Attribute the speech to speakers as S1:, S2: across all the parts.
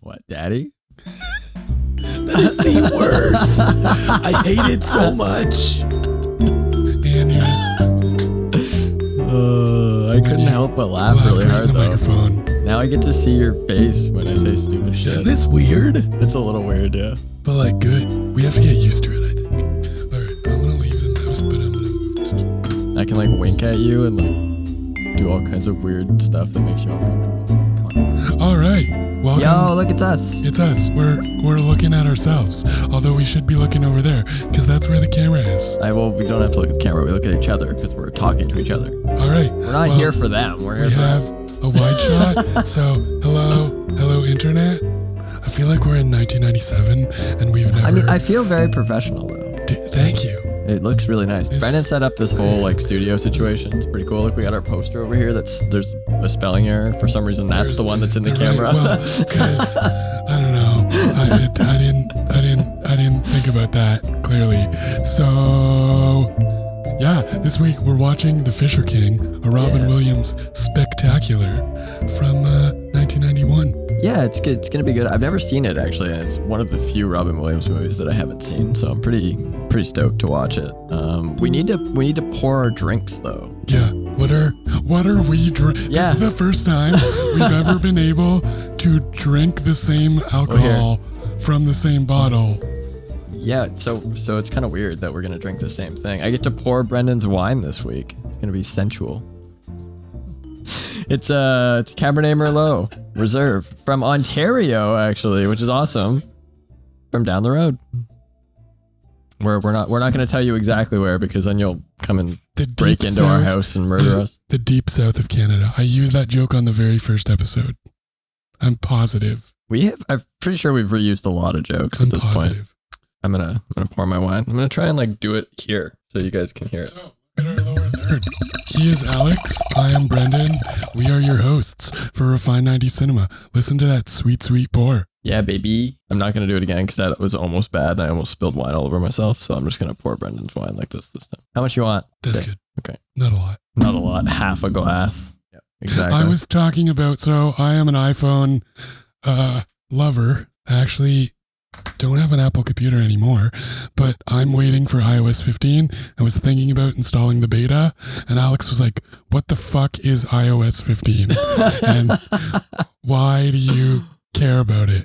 S1: What, daddy?
S2: That is the worst. I hate it so much. Man, you're just
S1: Uh, I couldn't help but laugh really
S2: laughing
S1: hard
S2: on the
S1: though.
S2: microphone.
S1: Now I get to see your face when I say stupid
S2: Isn't
S1: shit.
S2: this weird?
S1: It's a little weird, yeah.
S2: But like, good. We have to get used to it, I think. All right, I'm gonna leave the mouse, but I'm gonna move this.
S1: I can like wink at you and like do all kinds of weird stuff that makes you uncomfortable.
S2: All right, welcome.
S1: Yo, look, it's us.
S2: It's us. We're we're looking at ourselves. Although we should be looking over there, because that's where the camera is.
S1: I well, we don't have to look at the camera. We look at each other because we're talking to each other. We're
S2: All right. We're
S1: not here for them. We're here
S2: We
S1: for
S2: have a wide shot. So hello, hello, internet. I feel like we're in 1997 and we've never.
S1: I mean, I feel very professional though.
S2: D- thank you.
S1: It looks really nice. Brennan set up this whole like studio situation. It's pretty cool. Look, we got our poster over here. That's there's a spelling error for some reason. That's the one that's in the
S2: All right,
S1: camera.
S2: well, because I don't know. I, it, I didn't. I didn't. I didn't think about that clearly. So. Yeah, this week we're watching The Fisher King, a Robin
S1: Yeah.
S2: Williams spectacular from uh, 1991.
S1: Yeah, it's good. It's gonna be good. I've never seen it actually, and it's one of the few Robin Williams movies that I haven't seen. So I'm pretty pretty stoked to watch it. Um, we need to we need to pour our drinks though.
S2: Yeah. What are what are we drink?
S1: Yeah.
S2: This is the first time we've ever been able to drink the same alcohol from the same bottle.
S1: Yeah, so so it's kind of weird that we're gonna drink the same thing. I get to pour Brendan's wine this week. It's gonna be sensual. It's uh it's Cabernet Merlot Reserve from Ontario actually, which is awesome. From down the road. We're we're not we're not gonna tell you exactly where because then you'll come and
S2: The deep
S1: break into our
S2: south-
S1: house and
S2: the-
S1: murder us.
S2: The deep south of Canada. I used that joke on the very first episode. I'm positive.
S1: We have. I'm pretty sure we've reused a lot of jokes
S2: I'm
S1: at this point.
S2: positive.
S1: I'm gonna I'm gonna pour my wine. I'm gonna try and like do it here so you guys can hear it.
S2: So, in our lower third, he is Alex. I am Brendan. We are your hosts for Refine 90 Cinema. Listen to that sweet, sweet pour.
S1: Yeah, baby. I'm not gonna do it again because that was almost bad. and I almost spilled wine all over myself. So I'm just gonna pour Brendan's wine like this this time. How much you want?
S2: That's
S1: Okay.
S2: good.
S1: Okay.
S2: Not a lot.
S1: Not a lot. Half a glass. Yep. Exactly.
S2: I was talking about so I am an iPhone uh, lover. I actually don't have an Apple computer anymore, but I'm waiting for iOS 15. I was thinking about installing the beta, and Alex was like, "What the fuck is iOS 15? and why do you care about it?"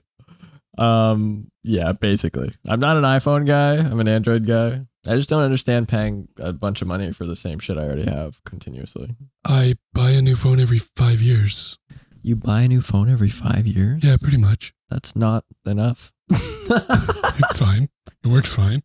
S1: um. Yeah. Basically, I'm not an iPhone guy. I'm an Android guy. I just don't understand paying a bunch of money for the same shit I already have continuously.
S2: I buy a new phone every five years.
S1: You buy a new phone every five years.
S2: Yeah, pretty much.
S1: That's not enough.
S2: It's fine. It works fine.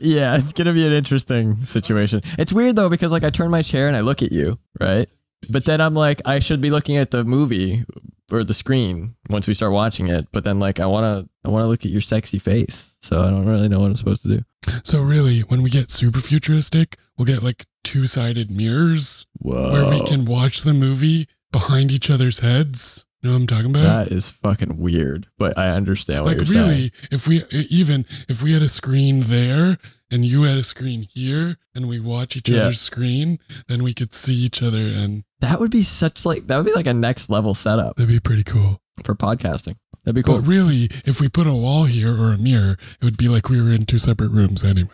S1: yeah, it's gonna be an interesting situation. It's weird though because like I turn my chair and I look at you, right? But then I'm like, I should be looking at the movie or the screen once we start watching it. But then like I wanna, I wanna look at your sexy face. So I don't really know what I'm supposed to do.
S2: So really, when we get super futuristic, we'll get like two-sided mirrors
S1: Whoa,
S2: where we can watch the movie behind each other's heads. You know what I'm talking about?
S1: that is fucking weird. But I understand what
S2: like
S1: you're
S2: really, if we e, even if we had a screen there and you had a screen here and we watch each
S1: Yeah.
S2: other's screen, then we could see each other and
S1: saying. That would be such like that would be like a next level setup
S2: that'd be pretty cool.
S1: for podcasting. That'd be cool.
S2: But really, if we put a wall here or a mirror, it would be like we were in two separate rooms anyway.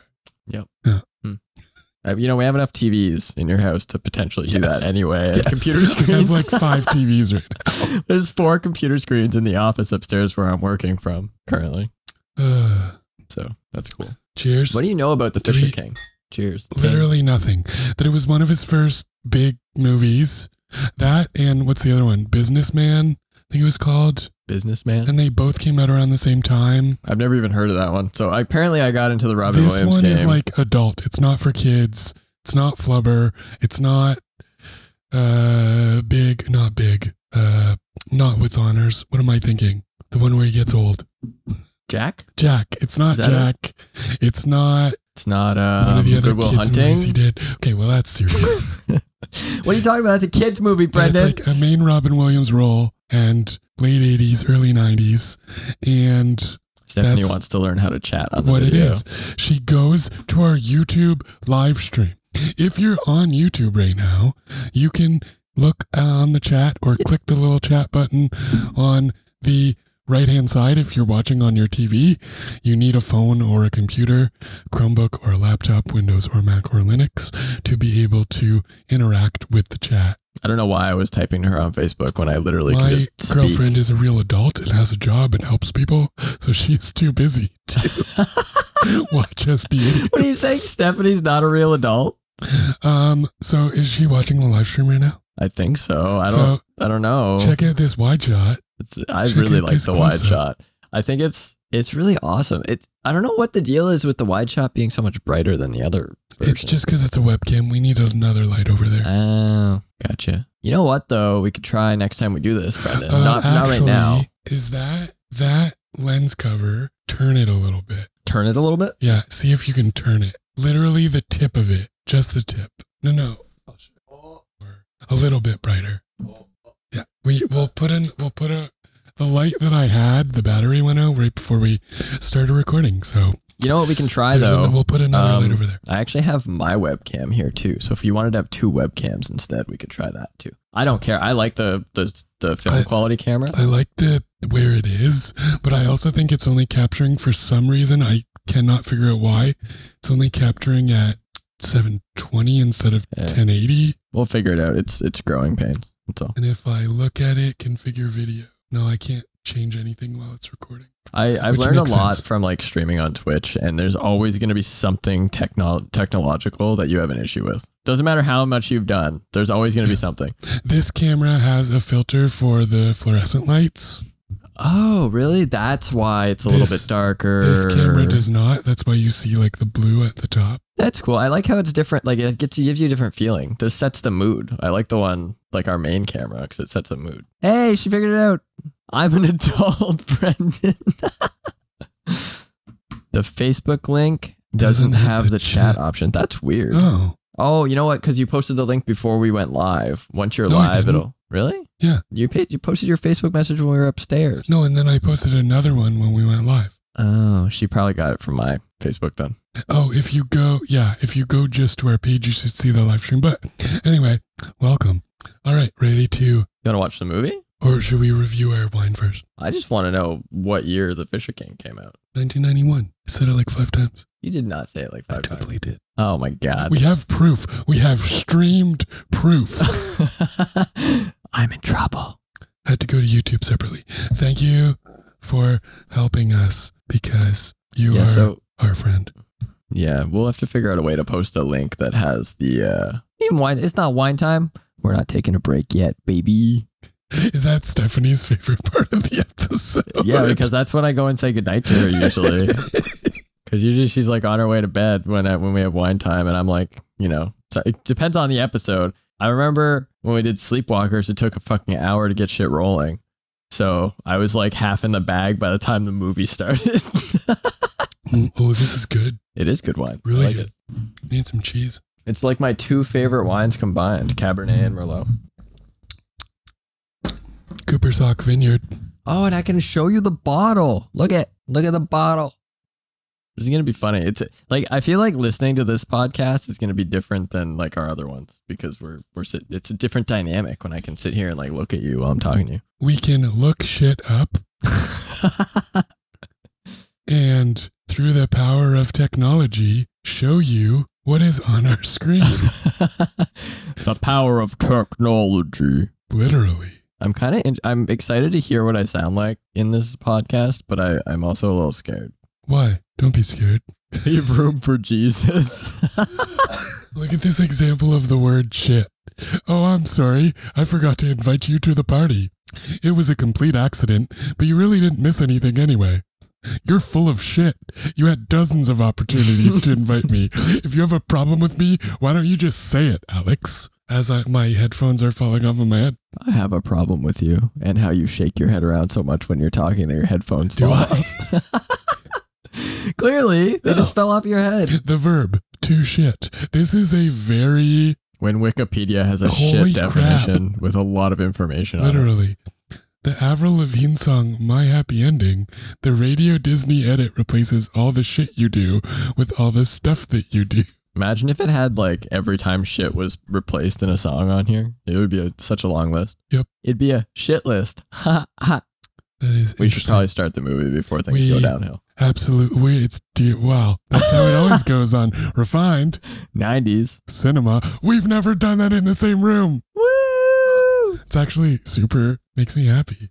S1: Uh, You know, we have enough TVs in your house to potentially do
S2: Yes.
S1: that anyway. and
S2: Yes.
S1: Computer screens.
S2: We have like five TVs right now.
S1: There's four computer screens in the office upstairs where I'm working from currently.
S2: Uh,
S1: So that's cool.
S2: cheers.
S1: What do you know about the
S2: Do
S1: Fisher
S2: we-
S1: King? Cheers.
S2: literally nothing. That it was one of his first big movies. That and what's the other one? Businessman, I think it was called.
S1: Businessman.
S2: And they both came out around the same time.
S1: I've never even heard of that one. So I, apparently, I got into the Robin
S2: this
S1: Williams
S2: one
S1: game.
S2: is like adult. It's not for kids. It's not flubber. It's not uh big, not big. Uh not with honors. What am I thinking? The one where he gets old.
S1: Jack.
S2: Jack. It's not
S1: Is that
S2: Jack. It's not
S1: It's not
S2: one
S1: um,
S2: of the other
S1: Goodwill
S2: kids movies he
S1: Hunting.
S2: did. Okay, well that's serious.
S1: What are you talking about? That's a kids movie,
S2: Yeah,
S1: Brendan.
S2: It's like a main Robin Williams role and late 80s, early 90s. And
S1: Stephanie
S2: that's
S1: wants to learn how to chat on the
S2: what
S1: video.
S2: it is, she goes to our YouTube live stream. If you're on YouTube right now, you can look on the chat or click the little chat button on the right hand side, if you're watching on your TV, you need a phone or a computer, Chromebook or a laptop, Windows or Mac or Linux, to be able to interact with the chat.
S1: I don't know why I was typing to her on Facebook when I literally
S2: My
S1: could just speak.
S2: girlfriend is a real adult and has a job and helps people, so she's too busy to watch us be idiots.
S1: What are you saying? Stephanie's not a real adult?
S2: Um, so is she watching the live stream right now?
S1: I think so. I
S2: so
S1: don't. oh. I don't know.
S2: check out this wide shot.
S1: It's, I
S2: Check
S1: really
S2: out
S1: like
S2: this
S1: the wide
S2: concept.
S1: shot. I think it's it's really awesome. It's I don't know what the deal is with the wide shot being so much brighter than the other. Version.
S2: It's just because it's a webcam. We need another light over there.
S1: oh, gotcha. You know what though? We could try next time we do this, Brendan.
S2: Uh,
S1: not not right now.
S2: Is that that lens cover? Turn it a little bit.
S1: Turn it a little bit.
S2: Yeah, see if you can turn it. Literally the tip of it, just the tip. No, no, a little bit brighter. Yeah, we we'll put in we'll put a the light that I had. The battery went out right before we started recording, so
S1: You know what we can try
S2: there's
S1: though.
S2: an- we'll put another
S1: um,
S2: light over there.
S1: I actually have my webcam here too. So if you wanted to have two webcams instead, we could try that too. I don't care. I like the the, the film
S2: I-
S1: quality camera.
S2: I like the where it is, but I also think it's only capturing for some reason. I cannot figure out why. It's only capturing at 720 instead of
S1: Yeah.
S2: 1080.
S1: we'll figure it out. It's it's growing pains. That's all.
S2: And if I look at it, configure video. No, I can't change anything while it's recording.
S1: I, I've
S2: Which
S1: learned a
S2: makes
S1: lot
S2: sense.
S1: from like streaming on Twitch, and there's always going to be something techno- technological that you have an issue with. Doesn't matter how much you've done, there's always going to be something.
S2: This camera has a filter for the fluorescent lights.
S1: Oh, really? That's why it's a little
S2: This-
S1: bit darker.
S2: This camera does not. That's why you see like the blue at the top.
S1: That's cool. I like how it's different. Like it gets gives you a different feeling. This sets the mood. I like the one like our main camera because it sets a mood. Hey, she figured it out. I'm an adult, Brendan. the Facebook link doesn't,
S2: Doesn't
S1: have, the, chat, option. That's weird.
S2: Oh,
S1: Oh, you know what? Because you posted the link before we went live. Once you're
S2: No, I
S1: live,
S2: didn't.
S1: it'll really.
S2: Yeah.
S1: You pa- you posted your Facebook message when we were upstairs.
S2: no. And then I posted another one when we went live.
S1: Oh, she probably got it from my Facebook then.
S2: Oh, if you go, yeah, if you go just to our page, you should see the live stream. But anyway, welcome. All right, ready to,
S1: You want to watch the movie?
S2: or should we review our wine first?
S1: I just want to know what year The Fisher King came out.
S2: 1991. I said it like five times.
S1: You did not say it like
S2: I
S1: five times.
S2: totally did.
S1: Oh my god.
S2: We have proof. We have streamed proof.
S1: I'm in trouble.
S2: Had to go to YouTube separately. Thank you for helping us because you
S1: yeah,
S2: are
S1: so
S2: our friend.
S1: yeah, we'll have to figure out a way to post a link that has the uh even wine it's not wine time. We're not taking a break yet, baby.
S2: Is that Stephanie's favorite part of the episode?
S1: Yeah, because that's when I go and say goodnight to her usually. Cause usually she's like on her way to bed when I, when we have wine time and I'm like, you know, so it depends on the episode. I remember when we did Sleepwalkers, it took a fucking hour to get shit rolling. So I was like half in the bag by the time the movie started.
S2: Oh, this is good.
S1: It is good wine. I
S2: Really
S1: like
S2: good.
S1: it.
S2: Need some cheese.
S1: It's like my two favorite wines combined, Cabernet and Merlot.
S2: Cooper's Hawk Vineyard.
S1: Oh, and I can show you the bottle. Look at look at the bottle. This is gonna be funny. It's like I feel like listening to this podcast is gonna be different than like our other ones because we're we're sit, it's a different dynamic when I can sit here and like look at you while I'm talking to you.
S2: we can look shit up and through the power of technology show you what is on our screen
S1: the power of technology.
S2: literally
S1: I'm kind of in- I'm excited to hear what I sound like in this podcast, but I I'm also a little scared.
S2: why don't be scared
S1: Leave room for Jesus.
S2: look at this example of the word shit oh i'm sorry i forgot to invite you to the party it was a complete accident but you really didn't miss anything anyway you're full of shit. You had dozens of opportunities to invite me. If you have a problem with me, why don't you just say it, Alex? As I, my headphones are falling off of my head.
S1: I have a problem with you and how you shake your head around so much when you're talking that your headphones
S2: Do
S1: fall
S2: I?
S1: off. Clearly, they just fell off your head.
S2: the verb to shit. This is a very
S1: When Wikipedia has a
S2: Holy
S1: shit
S2: crap.
S1: definition with a lot of information on it.
S2: literally the Avril Lavigne song "My Happy Ending." The Radio Disney edit replaces all the shit you do with all the stuff that you do.
S1: Imagine if it had like every time shit was replaced in a song on here. It would be a, such a long list.
S2: Yep.
S1: It'd be a shit list. Ha ha.
S2: That is
S1: We should
S2: interesting.
S1: probably start the movie before things go
S2: We-
S1: downhill.
S2: Absolutely. We- It's de- wow. That's how it always goes on. Refined
S1: 90s.
S2: cinema. We've never done that in the same room.
S1: Woo!
S2: It's actually super makes me happy.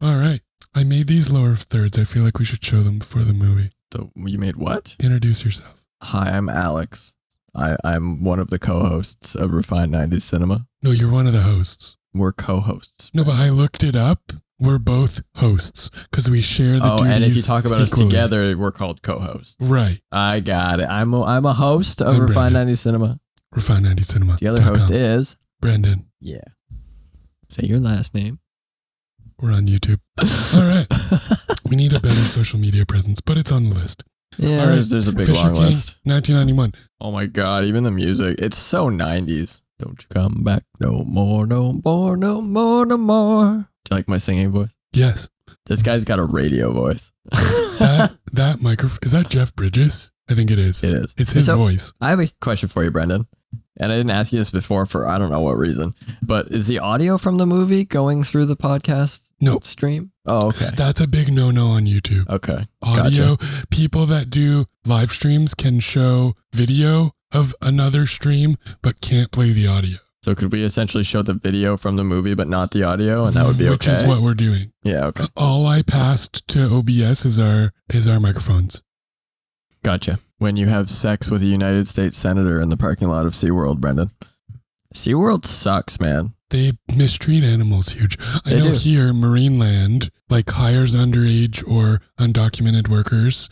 S2: All right. I made these lower thirds. I feel like we should show them before the movie.
S1: The, you made what?
S2: Introduce yourself.
S1: Hi, I'm Alex. I, I'm one of the co-hosts of Refined 90s Cinema.
S2: No, you're one of the hosts.
S1: We're co-hosts.
S2: No, but I looked it up. We're both hosts because we share the
S1: Oh,
S2: duties.
S1: and if you talk about
S2: equally.
S1: us together, we're called co-hosts.
S2: Right.
S1: I got it. I'm a, I'm a host of
S2: I'm
S1: Refined
S2: Brandon.
S1: 90s Cinema.
S2: Refined 90 Cinema.
S1: The other host is
S2: Brendan.
S1: yeah. Say your last name.
S2: We're on YouTube. All right. We need a better social media presence, but it's on the list.
S1: yeah,
S2: All right.
S1: there's, there's a big
S2: Fisher
S1: long
S2: King,
S1: list.
S2: 1991.
S1: Oh my god, even the music. It's so 90s. Don't you come back no more, no more, no more, no more. Do you like my singing voice?
S2: Yes.
S1: This guy's got a radio voice. it
S2: That, that microphone. Is that Jeff Bridges? I think it is.
S1: is.
S2: It's his
S1: So-
S2: voice.
S1: I have a question for you, Brendan. And I didn't ask you this before for I don't know what reason. But is the audio from the movie going through the podcast
S2: No.
S1: stream? Oh, okay.
S2: That's a big no no on YouTube.
S1: Okay.
S2: audio. People that do live streams can show video of another stream, but can't play the audio.
S1: So could we essentially show the video from the movie but not the audio and that would be
S2: which
S1: okay?
S2: is what we're doing.
S1: yeah, okay.
S2: All I passed to OBS is our is our microphones.
S1: Gotcha. When you have sex with a United States senator in the parking lot of SeaWorld, Brendan. SeaWorld sucks, man.
S2: They mistreat animals huge. I
S1: They
S2: know
S1: do.
S2: here Marineland like hires underage or undocumented workers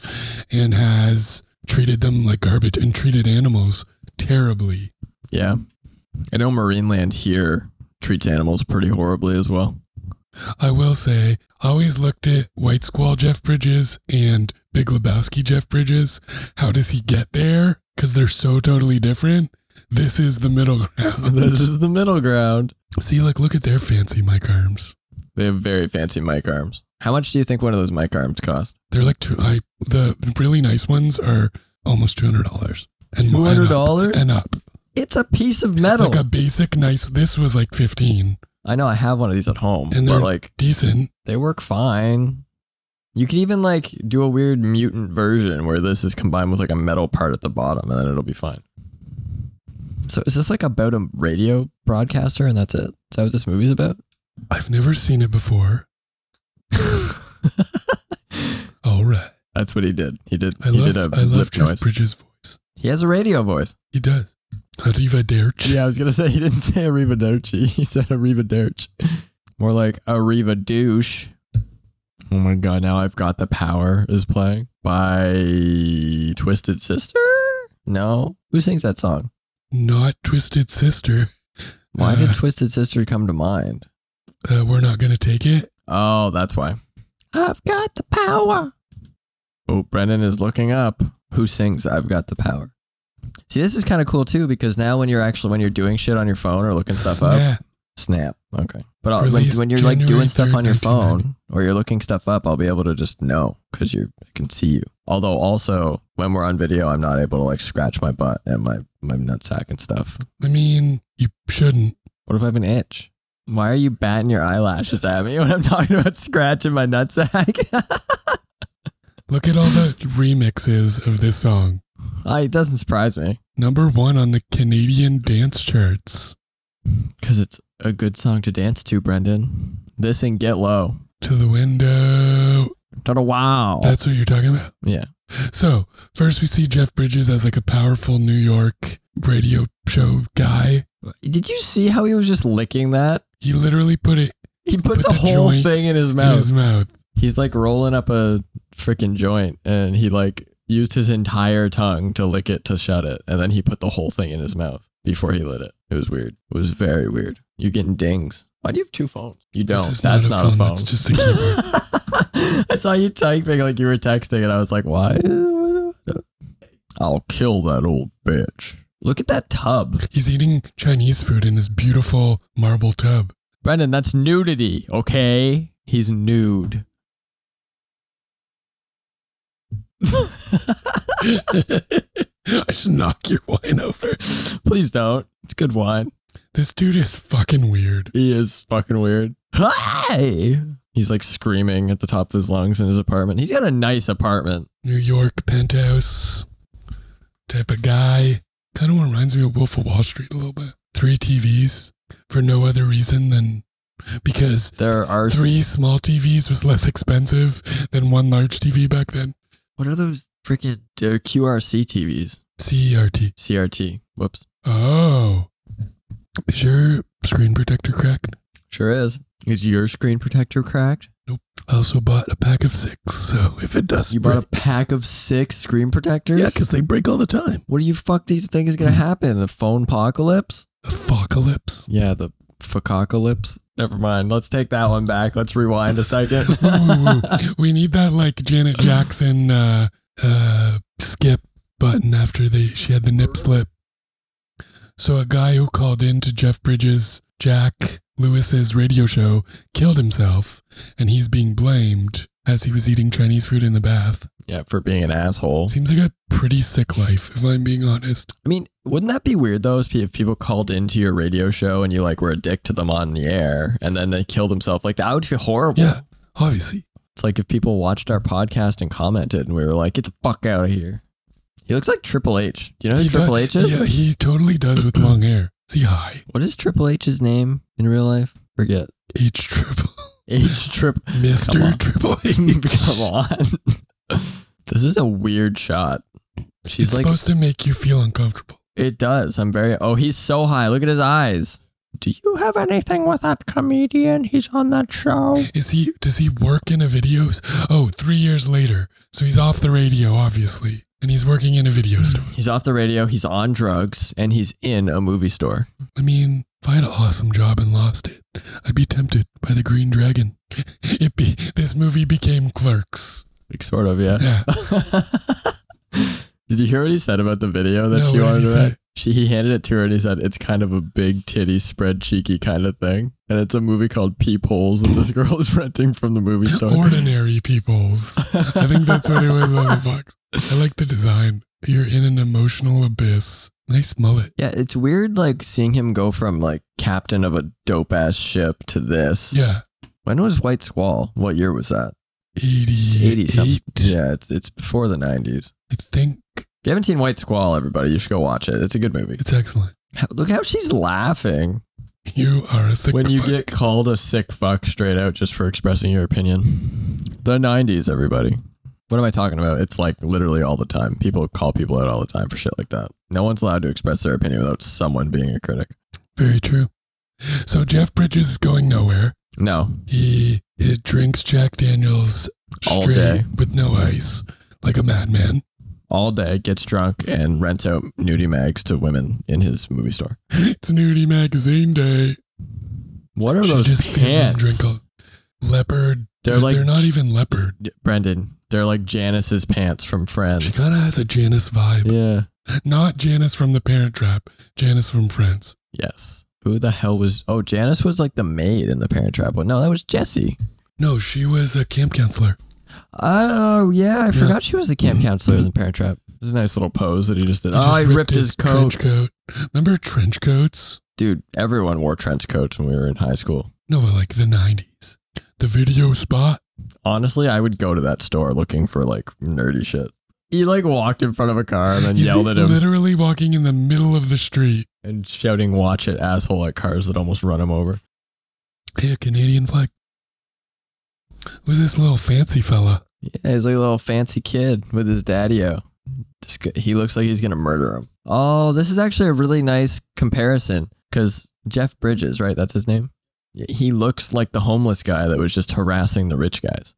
S2: and has treated them like garbage and treated animals terribly.
S1: Yeah. I know Marineland here treats animals pretty horribly as well.
S2: I will say, I always looked at White Squall Jeff Bridges and Big Lebowski Jeff Bridges. How does he get there? Because they're so totally different. This is the middle ground.
S1: this is the middle ground.
S2: See, like, look at their fancy mic arms.
S1: They have very fancy mic arms. How much do you think one of those mic arms cost?
S2: They're like two. I the really nice ones are almost two hundred dollars and more- and up-
S1: $200?
S2: and up.
S1: It's a piece of metal.
S2: Like a basic nice. This was like fifteen.
S1: I know I have one of these at home,
S2: And
S1: but
S2: they're-
S1: like
S2: Decent.
S1: they work fine. You can even like do a weird mutant version where this is combined with like a metal part at the bottom and then it'll be fine. So is this like about a radio broadcaster and that's it? Is that what this movie's about?
S2: I've never seen it before. All right.
S1: That's what he did. He did
S2: I
S1: he
S2: love.
S1: did a
S2: I love
S1: lip
S2: Jeff
S1: noise.
S2: Bridges' voice.
S1: He has a radio voice.
S2: He does. Arrivederci.
S1: Yeah, I was gonna say he didn't say arrivederci. He said arrivederci. More like arriva douche. Oh my god! Now I've got the power is playing by Twisted Sister. No, who sings that song?
S2: not Twisted Sister.
S1: Why did
S2: Uh.
S1: Twisted Sister come to mind?
S2: Uh, we're not going to take it.
S1: Oh, that's why. I've got the power. Oh, Brendan is looking up. Who sings I've got the power? See, this is kind of cool too because now when you're actually when you're doing shit on your phone or looking stuff up,
S2: Snap.
S1: Snap. Okay. But I'll, like,
S2: Released
S1: when you're like
S2: January
S1: doing stuff
S2: 3rd,
S1: on your
S2: 1990.
S1: phone or you're looking stuff up, I'll be able to just know because you I can see you. Although also when we're on video, I'm not able to like scratch my butt and my my nutsack and stuff.
S2: I mean, you shouldn't.
S1: What if I have an itch? Why are you batting your eyelashes at me when I'm talking about scratching my nutsack?
S2: Look at all the remixes of this song.
S1: I, it doesn't surprise me
S2: Number one on the Canadian dance charts.
S1: because it's a good song to dance to, Brendan. This and Get Low.
S2: To the window.
S1: Tada wow.
S2: That's what you're talking about.
S1: yeah.
S2: So, first we see Jeff Bridges as like a powerful New York radio show guy.
S1: Did you see how he was just licking that?
S2: He literally put it
S1: He put,
S2: Put
S1: the,
S2: the
S1: whole
S2: joint
S1: thing in his
S2: in
S1: mouth.
S2: his mouth.
S1: He's like rolling up a freaking joint and he like used his entire tongue to lick it to shut it. And then he put the whole thing in his mouth before he lit it. It was weird. It was very weird. You're getting dings. Why do you have two phones? You
S2: This
S1: don't.
S2: is
S1: That's not a phone.
S2: That's just a keyboard.
S1: I saw you typing like you were texting and I was like, why? I'll kill that old bitch. Look at that tub.
S2: He's eating Chinese food in this beautiful marble tub.
S1: Brendan, that's nudity, okay? He's nude.
S2: I should knock your wine over.
S1: Please don't. It's good wine.
S2: This dude is fucking weird.
S1: He is fucking weird. Hi! He's like screaming at the top of his lungs in his apartment. He's got a nice apartment.
S2: New York penthouse type of guy. Kind of reminds me of Wolf of Wall Street a little bit. Three TVs for no other reason than because
S1: There are
S2: three small TVs was less expensive than one large TV back then.
S1: What are those freaking? They're QRC TVs.
S2: CRT.
S1: CRT. Whoops.
S2: E Oh. Is your screen protector cracked?
S1: Sure is. Is your screen protector cracked?
S2: I also bought a pack of six, so if it does,
S1: You bought a pack of six screen protectors.
S2: yeah, because they break all the time.
S1: what do you fuck do you think is gonna happen? The phone apocalypse?
S2: Apocalypse.
S1: Yeah, the fuckacalypse. Never mind. Let's take that one back. Let's rewind a second.
S2: Ooh, we need that like Janet Jackson uh, uh, skip button after they she had the nip slip. So a guy who called in to Jeff Bridges, Jack Lewis's radio show, killed himself, and he's being blamed as he was eating Chinese food in the bath.
S1: yeah, for being an asshole.
S2: Seems like a pretty sick life, if I'm being honest.
S1: I mean, wouldn't that be weird though? is If people called into your radio show and you like were a dick to them on the air, and then they killed themselves, like that would feel horrible.
S2: Yeah, obviously.
S1: It's like if people watched our podcast and commented, and we were like, "Get the fuck out of here." He looks like Triple H. Do you know who
S2: He
S1: Triple
S2: does-
S1: H is?
S2: Yeah, he totally does with long hair. See, hi,
S1: What is Triple H's name in real life? Forget.
S2: H Triple,
S1: H Triple. Come
S2: Mister
S1: on.
S2: Triple H.
S1: Come on. this is a weird shot. She's
S2: it's
S1: like,
S2: supposed to make you feel uncomfortable.
S1: it does. I'm very. Oh, he's so high. Look at his eyes. Do you have anything with that comedian? He's on that show.
S2: Is he? Does he work in a video? s- Oh, three years later, so he's off the radio, obviously, and he's working in a video store.
S1: He's off the radio. He's on drugs, and he's in a movie store.
S2: I mean, if I had an awesome job and lost it, I'd be tempted by the Green Dragon. it be this movie became Clerks.
S1: Like, sort of, yeah.
S2: Yeah,
S1: Did you hear what he said about the video that
S2: No,
S1: she
S2: what
S1: wanted
S2: did
S1: to
S2: he
S1: make?
S2: say?
S1: She he handed it to her and he said it's kind of a big titty spread cheeky kind of thing. And it's a movie called Peepholes that this girl is renting from the movie store.
S2: ordinary peoples. I think that's what it was on the box. I like the design. You're in an emotional abyss. Nice mullet.
S1: yeah, it's weird like seeing him go from like captain of a dope ass ship to this.
S2: Yeah.
S1: When was White Squall? What year was that?
S2: 88.
S1: 80 something. Yeah, it's it's before the 90s.
S2: I think
S1: If you haven't seen White Squall, everybody, you should go watch it. It's a good movie.
S2: it's excellent.
S1: Look how she's laughing.
S2: You are a sick
S1: when you
S2: fuck.
S1: get called a sick fuck straight out just for expressing your opinion. The 90s, everybody. What am I talking about? It's like literally all the time. People call people out all the time for shit like that. No one's allowed to express their opinion without someone being a critic.
S2: Very true. So Jeff Bridges is going nowhere.
S1: No.
S2: He, he drinks Jack Daniels
S1: All
S2: straight
S1: day.
S2: with no ice, like a madman.
S1: All day gets drunk and rents out nudie mags to women in his movie store.
S2: It's nudie magazine day.
S1: What are
S2: She
S1: those
S2: just feeds him
S1: pants?
S2: drink all leopard.
S1: They're
S2: They're,
S1: like-
S2: not e- even leopard.
S1: Brendan, they're like Janice's pants from
S2: She
S1: Friends.
S2: kind of has a Janice vibe.
S1: Yeah.
S2: Not Janice from The Parent Trap. Janice from Friends.
S1: Yes. Who the hell was? Oh, Janice was like the maid in the Parent Trap one. No, that was Jesse.
S2: No, she was a camp counselor.
S1: Oh yeah, I forgot she was the camp counselor in the Parent Trap. This is a nice little pose that he just did.
S2: He
S1: oh,
S2: just
S1: he ripped, his, coat.
S2: trench coat. Remember trench coats?
S1: Dude, everyone wore trench coats when we were in high school.
S2: No, but like the '90s. The video spot.
S1: Honestly, I would go to that store looking for like nerdy shit. He like walked in front of a car and then
S2: He's
S1: yelled at him
S2: Literally walking in the middle of the street.
S1: and shouting "Watch it, asshole!" at cars that almost run him over.
S2: Hey, a Canadian flag. Who's this little fancy fella?
S1: Yeah, he's like a little fancy kid with his daddy-o. This gu- He looks like he's gonna murder him. Oh, this is actually a really nice comparison because Jeff Bridges, right? That's his name. Y- He looks like the homeless guy that was just harassing the rich guys.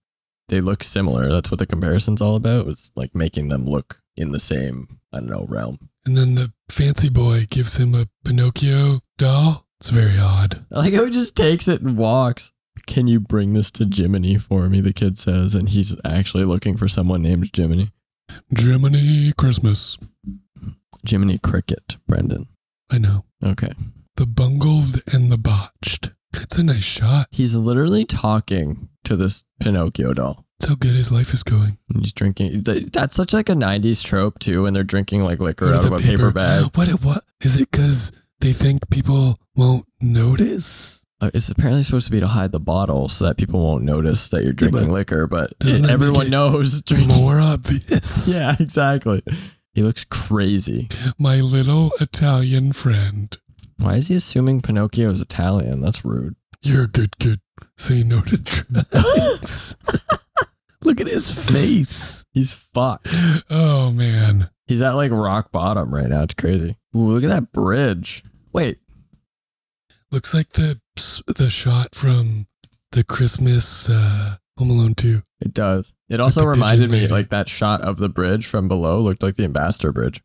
S1: They look similar. That's what the comparison's all about. Was like making them look in the same, I don't know, realm.
S2: And then the fancy boy gives him a Pinocchio doll. It's very odd.
S1: Like how he just takes it and walks. Can you bring this to Jiminy for me? The kid says, and he's actually looking for someone named Jiminy.
S2: Germany Christmas.
S1: Jiminy Cricket, Brendan.
S2: I know.
S1: Okay.
S2: The bungled and the botched. It's a nice shot.
S1: He's literally talking to this Pinocchio doll.
S2: It's how good his life is going.
S1: And He's drinking. th- That's such like a '90s trope too, when they're drinking like liquor out of a paper bag.
S2: What? What is it? Because they think people won't notice.
S1: uh, it's apparently supposed to be to hide the bottle so that people won't notice that you're drinking
S2: but
S1: liquor, but
S2: doesn't that
S1: everyone
S2: make it
S1: knows drinking.
S2: More obvious.
S1: Yeah, exactly. He looks crazy.
S2: My little Italian friend.
S1: Why is he assuming Pinocchio is Italian? That's rude.
S2: You're a good kid. Say no to drugs.
S3: Look at his face.
S1: He's fucked.
S2: oh, man.
S1: He's at like rock bottom right now. It's crazy. Ooh, look at that bridge. Wait,
S2: Looks like the the shot from the Christmas uh, Home Alone 2.
S1: it does. It also
S2: the pigeon
S1: reminded me
S2: lady.
S1: like that shot of the bridge from below looked like the Ambassador Bridge.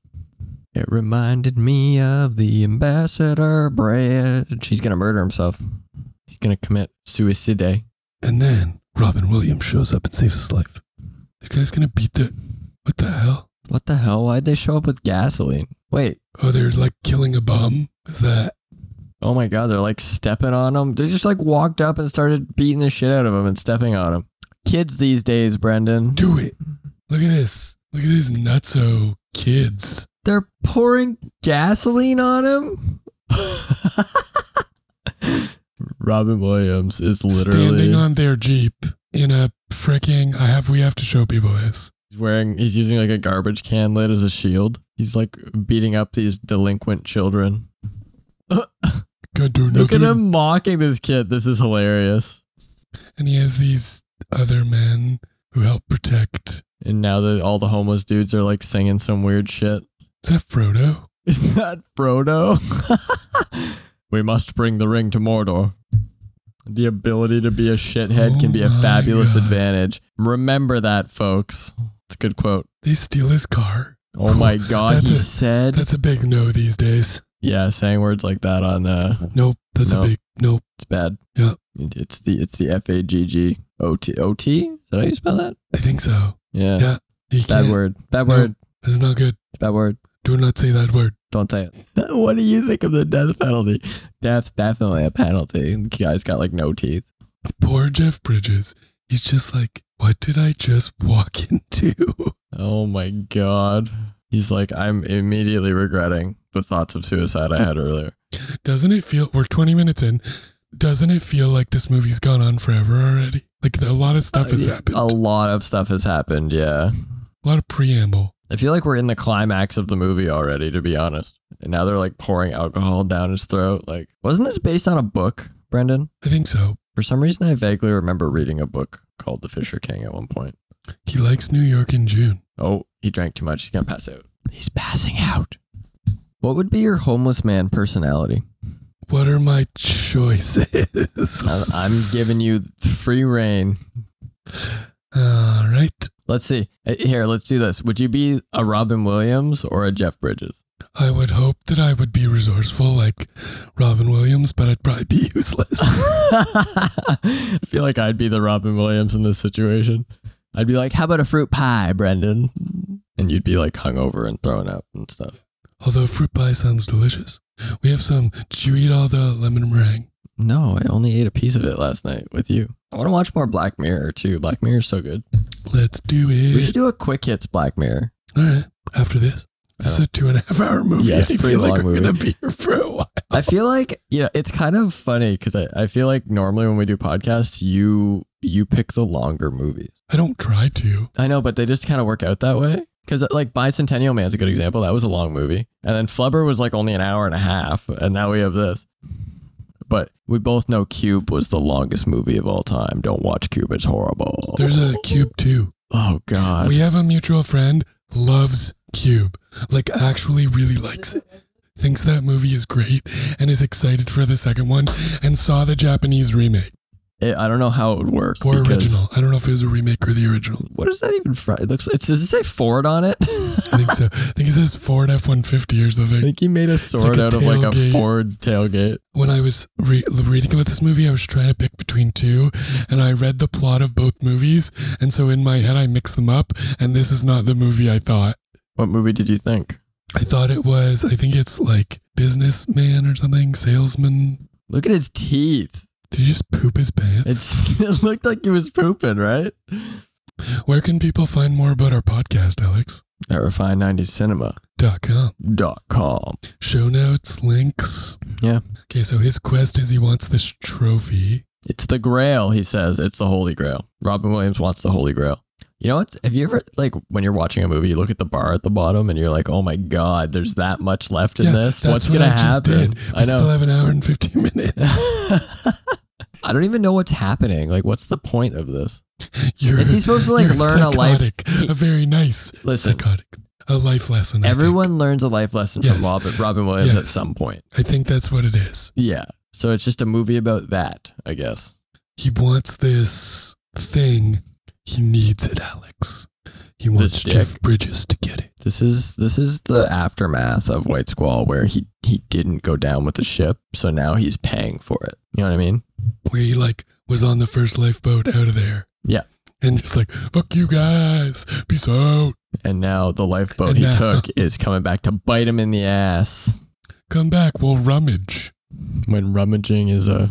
S1: It reminded me of the Ambassador Bridge. He's gonna murder himself. He's gonna commit suicide.
S2: And then Robin Williams shows up and saves his life. This guy's going to beat the. What the hell?
S1: What the hell? Why'd they show up with gasoline? Wait.
S2: Oh, they're like killing a bum? Is that.
S1: Oh my god, they're like stepping on him. They just like walked up and started beating the shit out of him and stepping on him. Kids these days, Brendan.
S2: Do it. Look at this. Look at these nutso kids.
S1: They're pouring gasoline on him. Robin Williams is literally
S2: Standing on their Jeep in a freaking. I have. We have to show people this.
S1: he's wearing he's using like a garbage can lid as a shield. He's like beating up these delinquent children.
S2: Can't do
S1: Look at
S2: nothing.
S1: him mocking this kid. This is hilarious.
S2: And he has these other men who help protect.
S1: And now that all the homeless dudes are like singing some weird shit.
S2: Is that Frodo?
S1: Is that Frodo? we must bring the ring to Mordor. The ability to be a shithead can be a
S2: Oh my
S1: fabulous
S2: God.
S1: advantage. Remember that, folks. It's a good quote.
S2: They steal his car.
S1: Oh my God,
S2: That's
S1: he
S2: a-
S1: said.
S2: That's a big no these days.
S1: Yeah, saying words like that on uh,
S2: Nope. That's
S1: No.
S2: a big nope.
S1: it's bad.
S2: Yeah.
S1: It- It's the it's the F A G G O T O T. Is that how you spell that?
S2: I think so.
S1: Yeah.
S2: Yeah. You
S1: Bad
S2: can't-
S1: word. Bad
S2: No.
S1: word.
S2: That's not good.
S1: Bad word.
S2: Do not say that word.
S1: Don't say it. what do you think of the death penalty? Death's definitely a penalty. The guy's got like no teeth.
S2: Poor Jeff Bridges. He's just like, what did I just walk into?
S1: Oh my god. He's like, I'm immediately regretting the thoughts of suicide I had earlier.
S2: Doesn't it feel we're 20 minutes in? Doesn't it feel like this movie's gone on forever already? Like a lot of stuff has happened.
S1: Uh, A lot of stuff has happened, yeah.
S2: a lot of preamble.
S1: I feel like we're in the climax of the movie already, to be honest. And now they're like pouring alcohol down his throat. Like, wasn't this based on a book, Brendan?
S2: I think so.
S1: For some reason, I vaguely remember reading a book called The Fisher King at one point.
S2: He likes New York in June.
S1: Oh, he drank too much. He's going to pass out. He's passing out. What would be your homeless man personality?
S2: What are my choices?
S1: I'm I'm giving you free reign.
S2: All right.
S1: Let's see. Uh, Here, let's do this. Would you be a Robin Williams or a Jeff Bridges?
S2: I would hope that I would be resourceful like Robin Williams, but I'd probably be useless.
S1: I feel like I'd be the Robin Williams in this situation. I'd be like, "How about a fruit pie, Brendan?" And you'd be like hungover and thrown up and stuff.
S2: Although fruit pie sounds delicious. We have some. Did you eat all the lemon meringue?
S1: No, I only ate a piece of it last night with you. I want to watch more Black Mirror too. Black Mirror's so good.
S2: Let's do
S1: We should
S2: it.
S1: do a quick hits Black Mirror.
S2: All right. After this.
S1: Uh,
S2: This is a two and a half hour movie.
S1: Yeah, it's
S2: I
S1: a pretty
S2: feel like
S1: long
S2: we're
S1: movie.
S2: going to be here for a while.
S1: I feel like you know it's kind of funny because I, I feel like normally when we do podcasts, you you pick the longer movies.
S2: I don't try to.
S1: I know, but they just kind of work out that way. Because like Bicentennial Man's a good example. That was a long movie, and then Flubber was like only an hour and a half, and now we have this. But we both know Cube was the longest movie of all time. Don't watch Cube; it's horrible.
S2: There's a Cube too.
S1: oh god,
S2: We have a mutual friend loves Cube, like actually really likes it. Thinks that movie is great and is excited for the second one and saw the Japanese remake
S1: It- I don't know how it would work.
S2: or
S1: because-
S2: original. I don't know if it was a remake or the original.
S1: What is that even from? It looks. It's, does it say Ford on it?
S2: I think so. I think it says Ford F 150 or
S1: I
S2: something.
S1: think he made a sword
S2: like a
S1: out of like a
S2: tailgate.
S1: Ford tailgate.
S2: When I was re- reading about this movie, I was trying to pick between two and I read the plot of both movies. And so in my head, I mixed them up and this is not the movie I thought.
S1: What movie did you think?
S2: I thought it was, I think it's like businessman or something, salesman,
S1: Look at his teeth.
S2: Did you just poop his pants?
S1: It's, it looked like he was pooping, right?
S2: Where can people find more about our podcast, Alex?
S1: At Refine 90 Cinema.
S2: dot com.
S1: dot com.
S2: Show notes, links.
S1: Yeah.
S2: Okay, so his quest is he wants this trophy.
S1: It's the Grail, he says. It's the Holy Grail. Robin Williams wants the Holy Grail. You know what's have you ever like when you're watching a movie, you look at the bar at the bottom and you're like, Oh my god, there's that much left in this. What's gonna happen?
S2: I
S1: I
S2: We still
S1: know.
S2: have an hour and 15 minutes.
S1: I don't even know what's happening. Like, what's the point of this?
S2: You're,
S1: Is he supposed to like
S2: you're
S1: learn a life?
S2: psychotic. A very nice
S1: Listen,
S2: psychotic. A life lesson. I think.
S1: everyone learns a life lesson
S2: Yes.
S1: from Robin, Robin Williams at
S2: Yes.
S1: some point.
S2: I think that's what it is.
S1: Yeah. So it's just a movie about that, I guess.
S2: He wants this thing. He needs it, Alex. He
S1: This
S2: wants Jeff
S1: dick.
S2: Bridges to get it.
S1: This is this is the aftermath of White Squall where he he didn't go down with the ship, so now he's paying for it. You know what I mean?
S2: Where he like was on the first lifeboat out of there.
S1: Yeah.
S2: And just like, fuck you guys. Peace out.
S1: And now the lifeboat
S2: And
S1: he
S2: now-
S1: took is coming back to bite him in the ass
S2: Come back. We'll rummage.
S1: when rummaging is a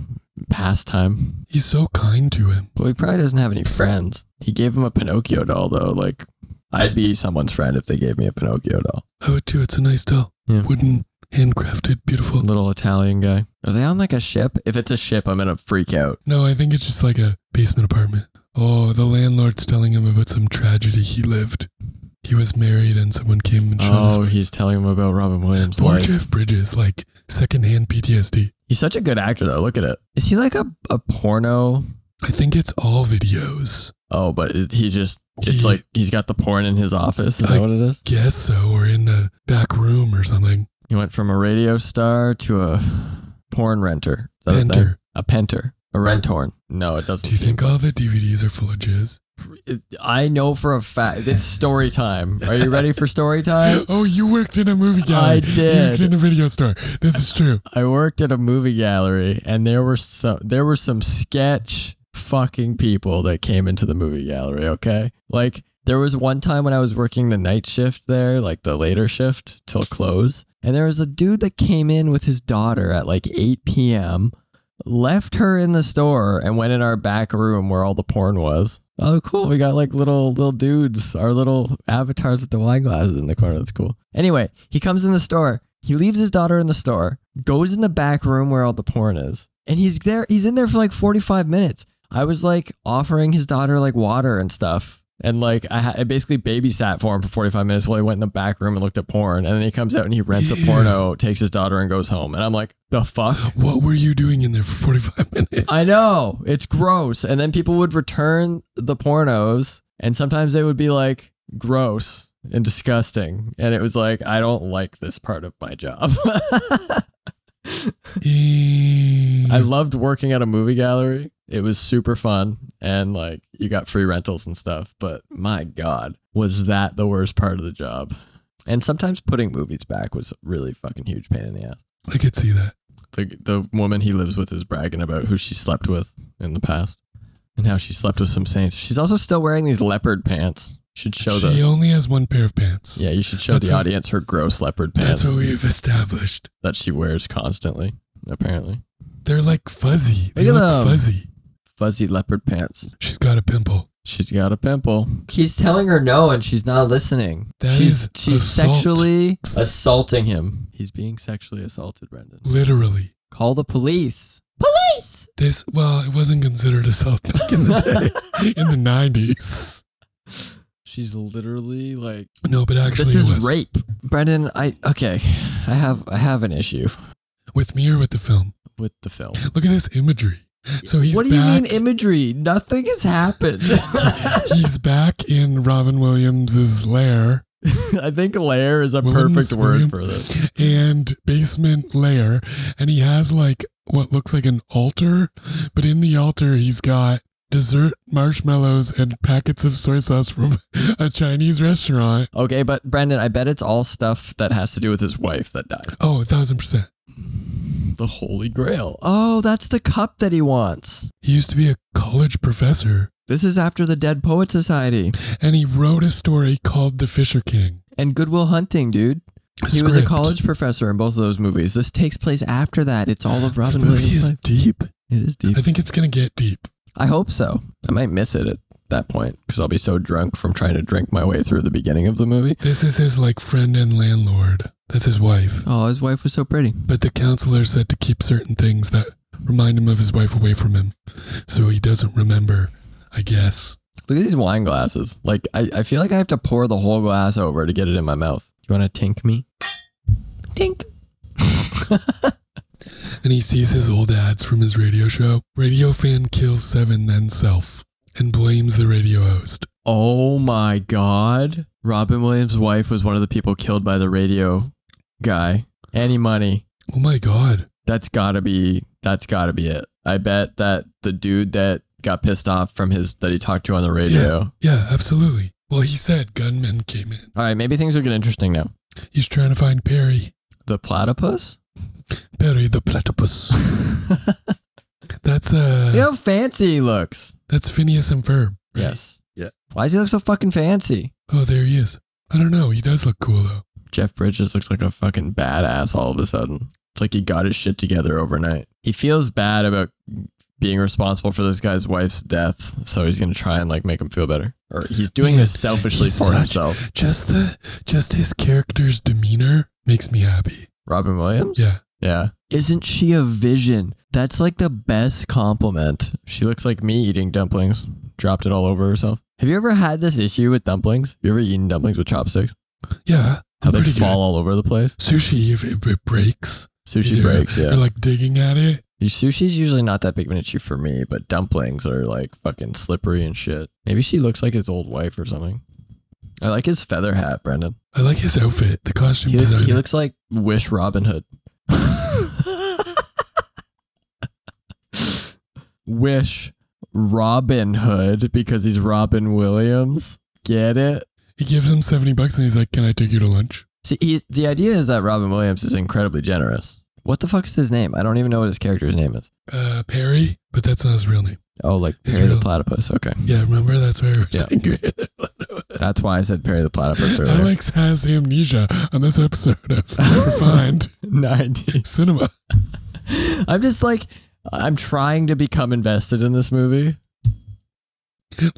S1: pastime.
S2: He's so kind to him.
S1: Well, he probably doesn't have any friends. He gave him a Pinocchio doll though. Like I'd be someone's friend if they gave me a Pinocchio doll.
S2: I would too. It's a nice doll.
S1: Yeah.
S2: Wooden, handcrafted, beautiful.
S1: Little Italian guy. Are they on like a ship? If it's a ship, I'm gonna freak out.
S2: No, I think it's just like a basement apartment. Oh, the landlord's telling him about some tragedy he lived. He was married and someone came and shot his
S1: Oh,
S2: wife.
S1: he's telling him about Robin Williams.
S2: Poor
S1: life.
S2: Jeff Bridges, like secondhand PTSD.
S1: He's such a good actor, though. Look at it. Is he like a, a porno?
S2: I think it's all videos.
S1: Oh, but it, he just, it's
S2: He-
S1: like he's got the porn in his office. Is that
S2: Like-
S1: what it is?
S2: Guess so, or in the back room or something.
S1: He went from a radio star to a porn renter. Is that a thing?
S2: Penter.
S1: A penter. A rentorn. No, it doesn't
S2: Do you
S1: seem.
S2: think all the DVDs are full of jizz?
S1: It- I know for a fact. It's story time. Are you ready for story time?
S2: Oh, you worked in a movie
S1: I
S2: gallery. You worked
S1: did. Uh,
S2: in a video store. This is true.
S1: I worked at a movie gallery, and there were some there were some sketch fucking people that came into the movie gallery. Okay, like there was one time when I was working the night shift there, like the later shift till close, and there was a dude that came in with his daughter at like eight p.m. Left her in the store and went in our back room where all the porn was. Oh, cool! We got like little little dudes, our little avatars with the wine glasses in the corner. That's cool. Anyway, he comes in the store. He leaves his daughter in the store, goes in the back room where all the porn is, and he's there. He's in there for like 45 minutes. I was like offering his daughter like water and stuff. And like I, ha- I basically babysat for him for 45 minutes while he went in the back room and looked at porn. And then he comes out and he rents a
S2: Yeah.
S1: porno, takes his daughter and goes home. And I'm like, the fuck?
S2: What were you doing in there for 45 minutes?
S1: I know. It's gross. And then people would return the pornos and sometimes they would be like gross and disgusting. And it was like, I don't like this part of my job.
S2: Eh.
S1: I loved working at a movie gallery. It was super fun and like you got free rentals and stuff, but my god, was that the worst part of the job? And sometimes putting movies back was a really fucking huge pain in the ass.
S2: I could see that.
S1: The the woman he lives with is bragging about who she slept with in the past and how she slept with some saints. She's also still wearing these leopard pants. Should show
S2: she
S1: the
S2: only has one pair of pants.
S1: Yeah, you should show
S2: That's
S1: the
S2: what-
S1: audience her gross leopard
S2: That's
S1: pants
S2: what we've established.
S1: that she wears constantly, apparently.
S2: They're like fuzzy. They
S1: Look
S2: look
S1: at them.
S2: fuzzy.
S1: Fuzzy leopard pants.
S2: She's got a pimple.
S1: She's got a pimple. He's telling her no, and she's not listening.
S2: That
S1: she's
S2: is
S1: she's
S2: assault.
S1: sexually assaulting him. He's being sexually assaulted, Brendan.
S2: Literally.
S1: Call the police. Police.
S2: This well, it wasn't considered assault back in the day. in the nineties.
S1: She's literally like,
S2: No, but actually
S1: this
S2: it
S1: is
S2: was.
S1: rape, Brendan. I okay. I have I have an issue
S2: with me or with the film.
S1: with the film.
S2: Look at this imagery. So he's
S1: what do
S2: back,
S1: you mean imagery? Nothing has happened.
S2: he's back in Robin Williams's lair
S1: I think lair is a
S2: Williams-
S1: perfect word
S2: William-
S1: for this.
S2: and basement lair and he has like what looks like an altar, but in the altar he's got dessert marshmallows and packets of soy sauce from a Chinese restaurant.
S1: Okay, but Brendan, I bet it's all stuff that has to do with his wife that died.
S2: Oh, a thousand percent.
S1: The Holy Grail. Oh, that's the cup that he wants.
S2: He used to be a college professor
S1: This is after the Dead Poet Society
S2: and he wrote a story called The Fisher King.
S1: and Goodwill Hunting, dude.
S2: A
S1: He was a
S2: script.
S1: college professor in both of those movies. This takes place after that. It's all of
S2: This
S1: Robin
S2: movie
S1: Williams'
S2: is
S1: life.
S2: deep.
S1: It is deep.
S2: I think it's gonna get deep.
S1: I hope so. I might miss it at that point because I'll be so drunk from trying to drink my way through the beginning of the movie.
S2: This is his like friend and landlord. That's his wife.
S1: Oh, his wife was so pretty.
S2: But the counselor said to keep certain things that remind him of his wife away from him. So he doesn't remember, I guess.
S1: Look at these wine glasses. Like I, I feel like I have to pour the whole glass over to get it in my mouth. Do you want to tink me? Tink.
S2: And he sees his old ads from his radio show. Radio fan kills seven, then self, and blames the radio host.
S1: Oh my god. Robin Williams' wife was one of the people killed by the radio guy. Any money.
S2: Oh my God.
S1: That's gotta be that's gotta be it. I bet that the dude that got pissed off from his that he talked to on the radio.
S2: Yeah, absolutely. Well, he said gunmen came in.
S1: Alright, maybe things are getting interesting now.
S2: He's trying to find Perry.
S1: The platypus?
S2: Perry the platypus. that's uh
S1: Look how fancy he looks.
S2: that's Phineas and Ferb. right?
S1: Yes.
S3: Yeah.
S1: Why does he look so fucking fancy?
S2: Oh, there he is. I don't know. He does look cool though.
S1: Jeff Bridges looks like a fucking badass all of a sudden. It's like he got his shit together overnight. He feels bad about being responsible for this guy's wife's death, so he's gonna try and like make him feel better. Or he's doing this selfishly
S2: He's
S1: for
S2: such-
S1: himself.
S2: Just the just his character's demeanor makes me happy.
S1: Robin Williams?
S2: Yeah.
S1: Yeah. Isn't she a vision? That's like the best compliment. She looks like me eating dumplings. Dropped it all over herself. Have you ever had this issue with dumplings? You ever eaten dumplings with chopsticks?
S2: Yeah.
S1: How they
S2: Pretty good.
S1: fall all over the place?
S2: Sushi if it, it breaks.
S1: Sushi
S2: You're-
S1: breaks, yeah.
S2: You're like digging at it.
S1: Your Sushi's usually not that big of an issue for me, but dumplings are like fucking slippery and shit. Maybe she looks like his old wife or something. I like his feather hat, Brendan.
S2: I like his outfit, the costume
S1: He,
S2: design.
S1: he looks like Wish Robin Hood. Wish Robin Hood because he's Robin Williams. Get it?
S2: he gives him seventy bucks and he's like, "Can I take you to lunch?"
S1: See, he, the idea is that Robin Williams is incredibly generous. What the fuck is his name? I don't even know what his character's name is.
S2: Uh, Perry, but that's not his real name.
S1: Oh, like
S2: His
S1: Perry the
S2: real-
S1: Platypus. Okay.
S2: Yeah, remember that's where.
S1: Yeah. That's why I said Perry the Platypus earlier.
S2: Alex has amnesia on this episode of Refined
S1: 90s.
S2: Cinema.
S1: I'm just like, I'm trying to become invested in this movie.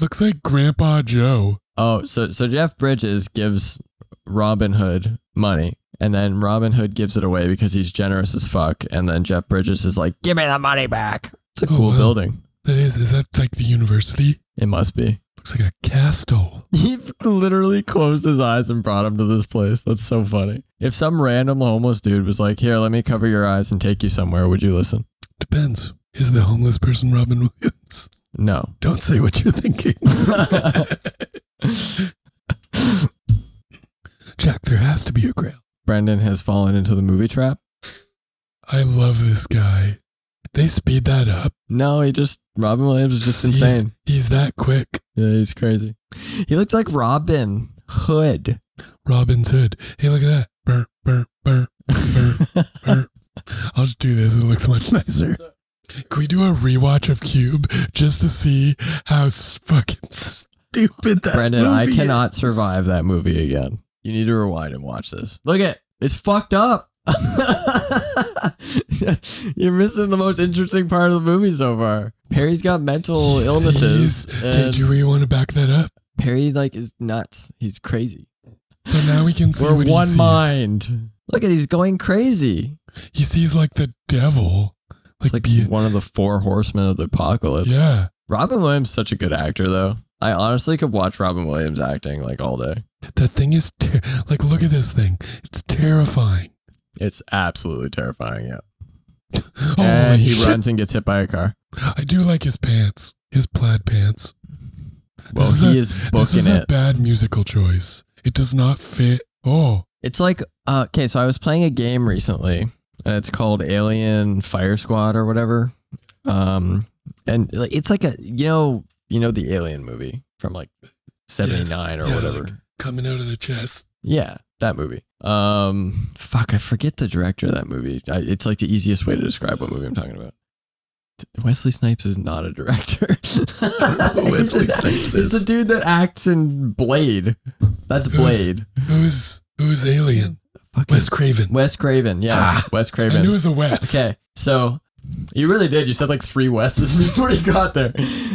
S2: Looks like Grandpa Joe.
S1: Oh, so so Jeff Bridges gives Robin Hood money, and then Robin Hood gives it away because he's generous as fuck, and then Jeff Bridges is like, "Give me the money back." It's a
S2: Oh,
S1: cool
S2: wow.
S1: building.
S2: That is, is that like the university?
S1: It must be.
S2: Looks like a castle.
S1: He literally closed his eyes and brought him to this place. That's so funny. If some random homeless dude was like, "Here, let me cover your eyes and take you somewhere," would you listen?
S2: Depends. Is the homeless person Robin Williams?
S1: No.
S2: Don't say what you're thinking. Jack, there has to be a grail.
S1: Brendan has fallen into the movie trap.
S2: I love this guy. They speed that up.
S1: No, he just Robin Williams is just
S2: He's-
S1: insane.
S2: He's that quick.
S1: Yeah, he's crazy. He looks like Robin Hood.
S2: Robin's Hood. Hey, look at that. Burr, burr, burr, burr, burr. I'll just do this. It looks much nicer. Can we do a rewatch of Cube just to see how s- fucking stupid that
S1: Brendan, I
S2: movie is?
S1: cannot survive that movie again. You need to rewind and watch this. Look at it's fucked up. You're missing the most interesting part of the movie so far. Perry's got mental
S2: Jeez.
S1: illnesses.
S2: Okay,
S1: And
S2: do we want to back that up?
S1: Perry like is nuts. He's crazy.
S2: So now we can see
S1: We're
S2: what he
S1: one
S2: sees.
S1: mind. Look at he's going crazy.
S2: He sees like the devil. Like,
S1: It's like
S2: be-
S1: one of the four horsemen of the apocalypse.
S2: yeah.
S1: Robin Williams is such a good actor though. I honestly could watch Robin Williams acting like all day.
S2: That thing is ter- like look at this thing. It's terrifying.
S1: It's absolutely terrifying, yeah.
S2: Oh,
S1: and
S2: holy
S1: he
S2: shit.
S1: runs and gets hit by a car.
S2: I do like his pants. His plaid pants.
S1: Well,
S2: This is
S1: he
S2: a-
S1: is
S2: this
S1: booking
S2: is a
S1: it.
S2: bad musical choice. It does not fit. Oh,
S1: It's like uh, okay, so I was playing a game recently, and it's called Alien Fire Squad or whatever. Um, and like, it's like a you know you know the Alien movie from like seventy nine or
S2: Yeah,
S1: whatever.
S2: like- coming out of the chest.
S1: Yeah, that movie. Um, fuck, I forget the director of that movie. I, it's like the easiest way to describe what movie I'm talking about. Wesley Snipes is not a director.
S2: Wesley
S1: He's-
S2: Snipes
S1: he's the
S2: is.
S1: dude that acts in Blade. That's
S2: Who's-
S1: Blade.
S2: Who's who's Alien?
S1: Fucking
S2: Wes Craven.
S1: Wes Craven. Yes,
S2: Ah,
S1: Wes
S2: I knew it
S1: Craven.
S2: was a Wes.
S1: Okay, so you really did. You said like three Wes's before you got there.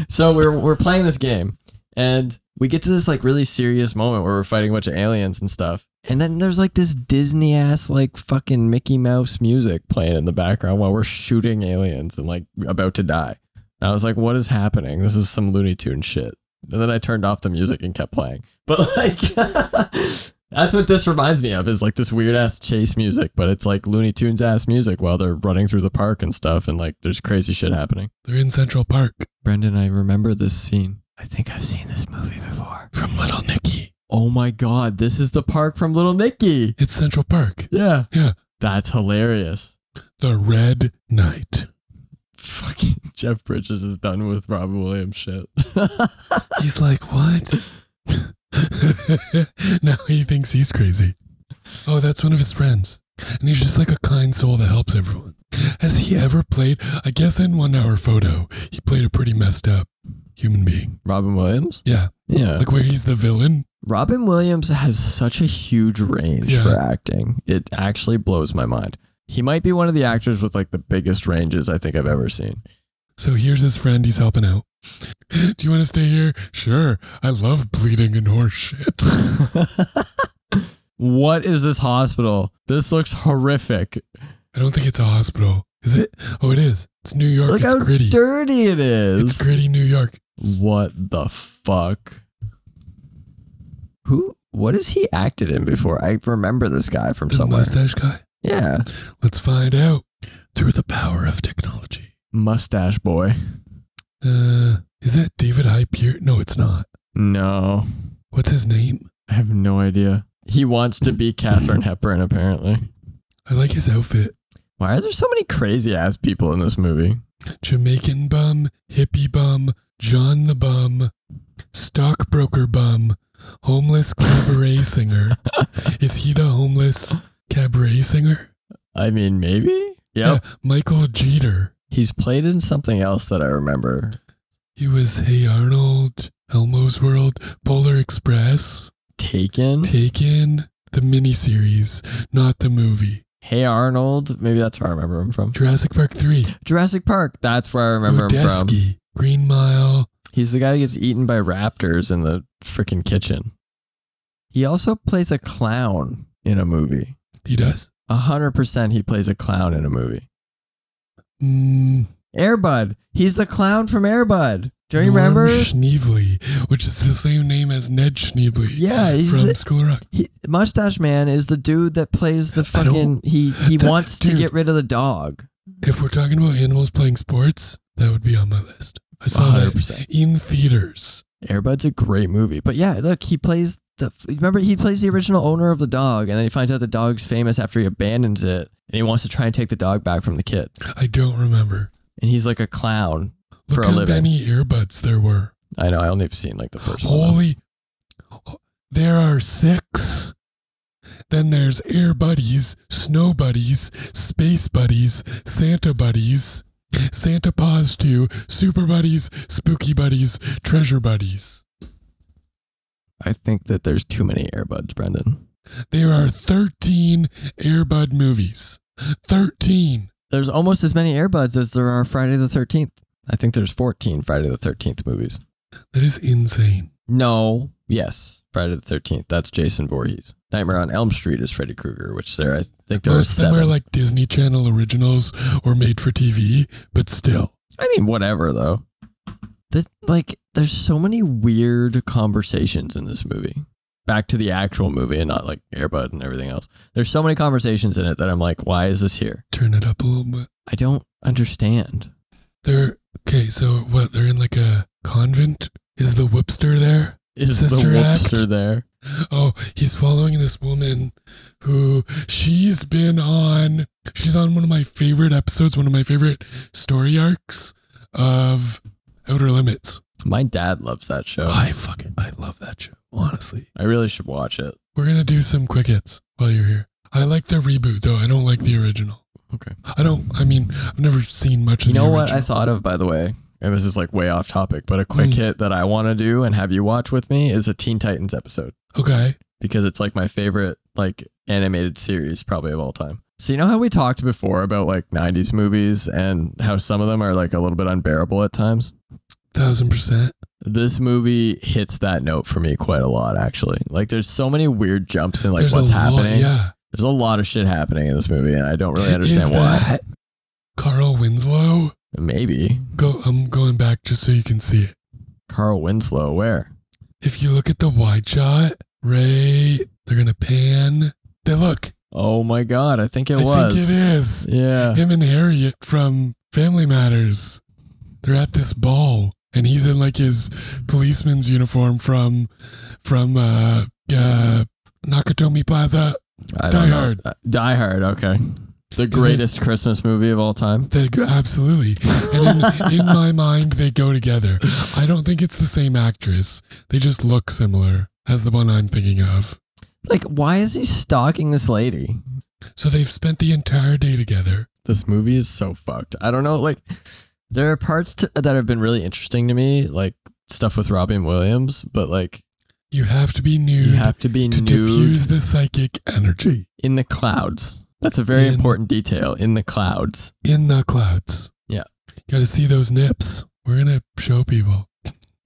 S1: So we're we're playing this game, And we get to this like really serious moment where we're fighting a bunch of aliens and stuff. And then there's like this Disney ass like fucking Mickey Mouse music playing in the background while we're shooting aliens and like about to die. And I was like, what is happening? This is some Looney Tune shit. And then I turned off the music and kept playing. But like that's what this reminds me of is like this weird ass chase music, but it's like Looney Tunes ass music while they're running through the park and stuff and like there's crazy shit happening.
S2: They're in Central Park
S1: Brendan, I remember this scene. I think I've seen this movie before.
S2: from Little Nicky.
S1: Oh my god, this is the park from Little Nicky.
S2: It's Central Park.
S1: Yeah.
S2: Yeah.
S1: That's hilarious.
S2: The Red Knight.
S1: Fucking Jeff Bridges is done with Robin Williams shit.
S2: He's like, what? now he thinks he's crazy. Oh, that's one of his friends. And he's just like a kind soul that helps everyone. Has he ever played? I guess in one hour photo, he played a pretty messed up human being.
S1: Robin Williams?
S2: Yeah.
S1: Yeah.
S2: Like where he's the villain.
S1: Robin Williams has such a huge range
S2: Yeah.
S1: for acting. It actually blows my mind. He might be one of the actors with like the biggest ranges I think I've ever seen.
S2: So here's his friend. He's helping out. Do you want to stay here? Sure. I love bleeding and horse shit.
S1: what is this hospital? This looks horrific.
S2: I don't think it's a hospital. Is it? Oh, it is. It's New York.
S1: Look
S2: it's
S1: how
S2: gritty.
S1: dirty it is.
S2: It's gritty New York.
S1: What the fuck? Who? What has he acted in before? I remember this guy from
S2: The
S1: somewhere.
S2: mustache guy.
S1: Yeah,
S2: Let's find out through the power of technology.
S1: Mustache Boy.
S2: Uh, is that David Hyper? No, it's not.
S1: No,
S2: What's his name?
S1: I have no idea. He wants to be Katherine Hepburn, apparently.
S2: I like his outfit.
S1: Why are there so many crazy ass people in this movie?
S2: Jamaican bum, hippie bum, John the bum, stockbroker bum, homeless cabaret singer. Is he the homeless cabaret singer?
S1: I mean, maybe. Yep.
S2: Yeah, Michael Jeter.
S1: He's played in something else that I remember.
S2: He was Hey Arnold, Elmo's World, Polar Express,
S1: Taken.
S2: Taken, the miniseries, not the movie.
S1: Hey Arnold. Maybe that's where I remember him from.
S2: Jurassic Park 3.
S1: Jurassic Park. That's where I remember him from.
S2: Odesky, Green Mile.
S1: He's the guy that gets eaten by raptors in the freaking kitchen. He also plays a clown in a movie.
S2: He does.
S1: A hundred percent, he plays a clown in a movie.
S2: Mm,
S1: Airbud. He's the clown from Airbud. Do you
S2: Norm
S1: remember?
S2: Schneebly, which is the same name as Ned Schneebly.
S1: Yeah, he's
S2: from
S1: the-
S2: School of Rock.
S1: He, Mustache Man is the dude that plays the
S2: I don't-
S1: fucking. He he
S2: That-
S1: wants to
S2: dude.
S1: get rid of the dog.
S2: If we're talking about animals playing sports, that would be on my list. I
S1: A
S2: saw
S1: hundred
S2: that
S1: percent.
S2: in theaters.
S1: Airbud's a great movie, but yeah, look, he plays the. Remember, he plays the original owner of the dog, and then he finds out the dog's famous after he abandons it, and he wants to try and take the dog back from the kid,
S2: I don't remember.
S1: and he's like a clown.
S2: Look
S1: For a
S2: how
S1: living.
S2: many earbuds there were.
S1: I know. I only have seen like the first one.
S2: Holy. There are six. Then there's Air Buddies, Snow Buddies, Space Buddies, Santa Buddies, Santa Paws 2, Super Buddies, Spooky Buddies, Treasure Buddies.
S1: I think that there's too many Airbuds, Brendan.
S2: There are 13 Airbud movies. 13.
S1: There's almost as many Airbuds as there are Friday the Thirteenth. I think there's 14 Friday the Thirteenth movies.
S2: That is insane.
S1: No. Yes. Friday the 13th. That's Jason Voorhees. Nightmare on Elm Street is Freddy Krueger, which there, I think there are
S2: Most of them
S1: seven.
S2: are like Disney Channel originals or made for TV, but still.
S1: I mean, whatever, though. This, like, there's so many weird conversations in this movie. Back to the actual movie and not like Airbud and everything else. There's so many conversations in it that I'm like, why is this here?
S2: Turn it up a little bit.
S1: I don't understand.
S2: They're okay. So what? They're in like a convent. Is the whipster there?
S1: Is the
S2: Sister Act?
S1: whoopster there?
S2: Oh, he's following this woman who she's been on. She's on one of my favorite episodes, one of my favorite story arcs of Outer Limits.
S1: My dad loves that show.
S3: Oh. I fucking I love that show. Honestly,
S1: I really should watch it.
S2: We're gonna do some quick hits while you're here. I like the reboot though. I don't like the original.
S1: Okay.
S2: I don't. I mean, I've never seen much of
S1: You
S2: the
S1: know what I
S2: original.
S1: thought of, by the way, and this is like way off topic, but a quick
S2: Mm.
S1: hit that I want to do and have you watch with me is a Teen Titans episode.
S2: okay.
S1: because it's like my favorite like animated series probably of all time. So you know how we talked before about like 90s movies and how some of them are like a little bit unbearable at times?
S2: Thousand percent.
S1: This movie hits that note for me quite a lot actually. Like there's so many weird jumps in like
S2: There's
S1: what's
S2: a lot-
S1: happening.
S2: yeah.
S1: There's a lot of shit happening in this movie and I don't really
S2: Is
S1: understand why.
S2: that Carl Winslow.
S1: Maybe
S2: Go. I'm going back just so you can see it.
S1: Carl Winslow where?
S2: If you look at the wide shot, Ray, they're gonna pan. They look.
S1: Oh my god, I think it
S2: I
S1: was.
S2: think it is
S1: Yeah.
S2: him and Harriet from Family Matters. They're at this ball, and he's in like his policeman's uniform from from uh, uh, Nakatomi Plaza.
S1: I
S2: Die
S1: don't know.
S2: Hard.
S1: Uh, Die Hard, okay. The greatest Christmas movie of all time.
S2: They go, absolutely. And in, in my mind, they go together. I don't think it's the same actress. They just look similar as the one I'm thinking of.
S1: Like, why is he stalking this lady?
S2: So they've spent the entire day together.
S1: This movie is so fucked. I don't know. Like, there are parts to, that have been really interesting to me, like stuff with Robin Williams, but like,
S2: You have to be nude
S1: you have to be
S2: to
S1: nude
S2: diffuse the psychic energy
S1: in the clouds. That's a very
S2: In-
S1: important detail in the clouds.
S2: in the clouds.
S1: Yeah.
S2: Got to see those nips. We're going to show people.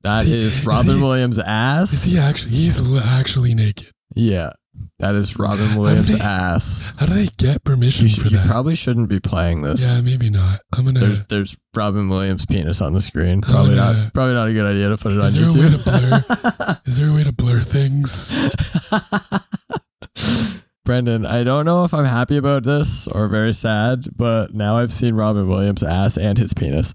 S1: That
S2: Is he-
S1: is
S2: is
S1: Robin
S2: he-
S1: Williams'
S2: Is
S1: ass.
S2: he actually, he's li- actually naked.
S1: Yeah, that is Robin Williams'
S2: think-
S1: ass.
S2: How do they get
S1: You,
S2: permission
S1: sh-
S2: for
S1: you
S2: that?
S1: probably shouldn't be playing this.
S2: yeah, maybe not. I'm going to.
S1: There's, there's Robin Williams' penis on the screen. Probably
S2: no.
S1: not. Probably not a good idea to put it
S2: Oh, Is
S1: on
S2: there a way to
S1: YouTube.
S2: blur? Is there a way to blur things?
S1: Brendan, I don't know if I'm happy about this or very sad, but now I've seen Robin Williams' ass and his penis.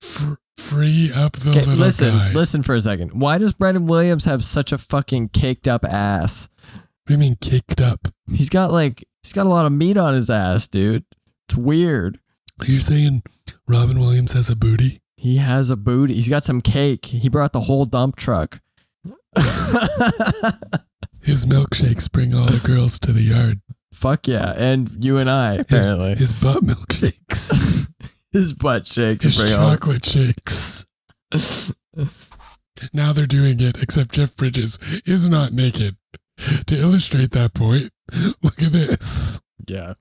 S2: Fr- free up the
S1: Okay,
S2: little
S1: listen,
S2: guy.
S1: listen for a second. Why does Brendan Williams have such a fucking caked up ass?
S2: What do you mean caked up?
S1: He's got like he's got a lot of meat on his ass, dude. It's weird.
S2: Are you saying Robin Williams has a booty?
S1: He has a booty. He's got some cake. He brought the whole dump truck.
S2: His milkshakes bring all the girls to the yard.
S1: Fuck yeah. And you and I, apparently. His,
S2: His butt milkshakes.
S1: butt shakes.
S2: His
S1: bring on-
S2: chocolate shakes. Now they're doing it, except Jeff Bridges is not naked. To illustrate that point, look at this.
S1: Yeah.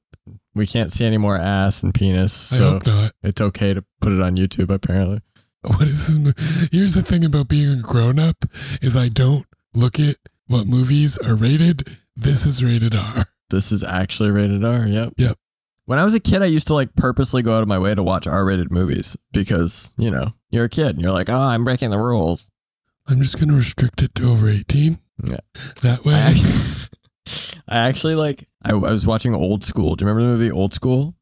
S1: We can't see any more ass and penis,
S2: I
S1: so
S2: hope not.
S1: it's okay to put it on YouTube, apparently.
S2: What is this? Mo- Here's the thing about being a grown up is I don't look at what movies are rated. This is rated R.
S1: This is actually rated R. Yep.
S2: Yep.
S1: When I was a kid, I used to like purposely go out of my way to watch R rated movies because, you know, you're a kid and you're like, oh, I'm breaking the rules.
S2: I'm just going to restrict it to over 18.
S1: Yeah.
S2: That way,
S1: I actually, I actually like, I, I was watching Old School. Do you remember the movie Old School?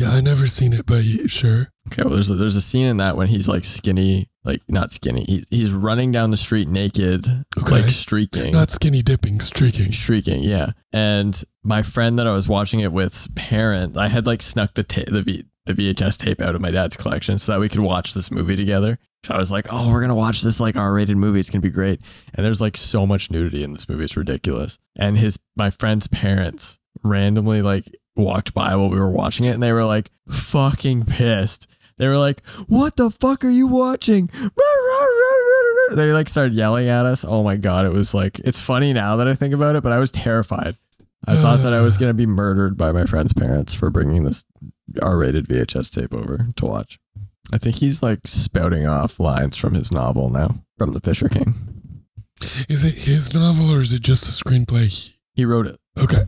S2: Yeah, I never seen it, but you, sure.
S1: Okay, well, there's a, there's a scene in that when he's like skinny, like not skinny. He's he's running down the street naked,
S2: Okay.
S1: like streaking,
S2: Not skinny dipping, streaking.
S1: streaking. Yeah, and my friend that I was watching it with's parent, I had like snuck the ta- the v- the VHS tape out of my dad's collection so that we could watch this movie together. So I was like, oh, we're gonna watch this like R-rated movie. It's gonna be great. And there's like so much nudity in this movie. It's ridiculous. And his my friend's parents randomly like walked by while we were watching it and they were like fucking pissed. They were like, "What the fuck are you watching?" They like started yelling at us. Oh my god, it was like it's funny now that I think about it, but I was terrified. I thought that I was going to be murdered by my friend's parents for bringing this R-rated VHS tape over to watch. I think he's like spouting off lines from his novel now, from The Fisher King.
S2: Is it his novel or is it just a screenplay? He-
S1: He wrote it
S2: Okay.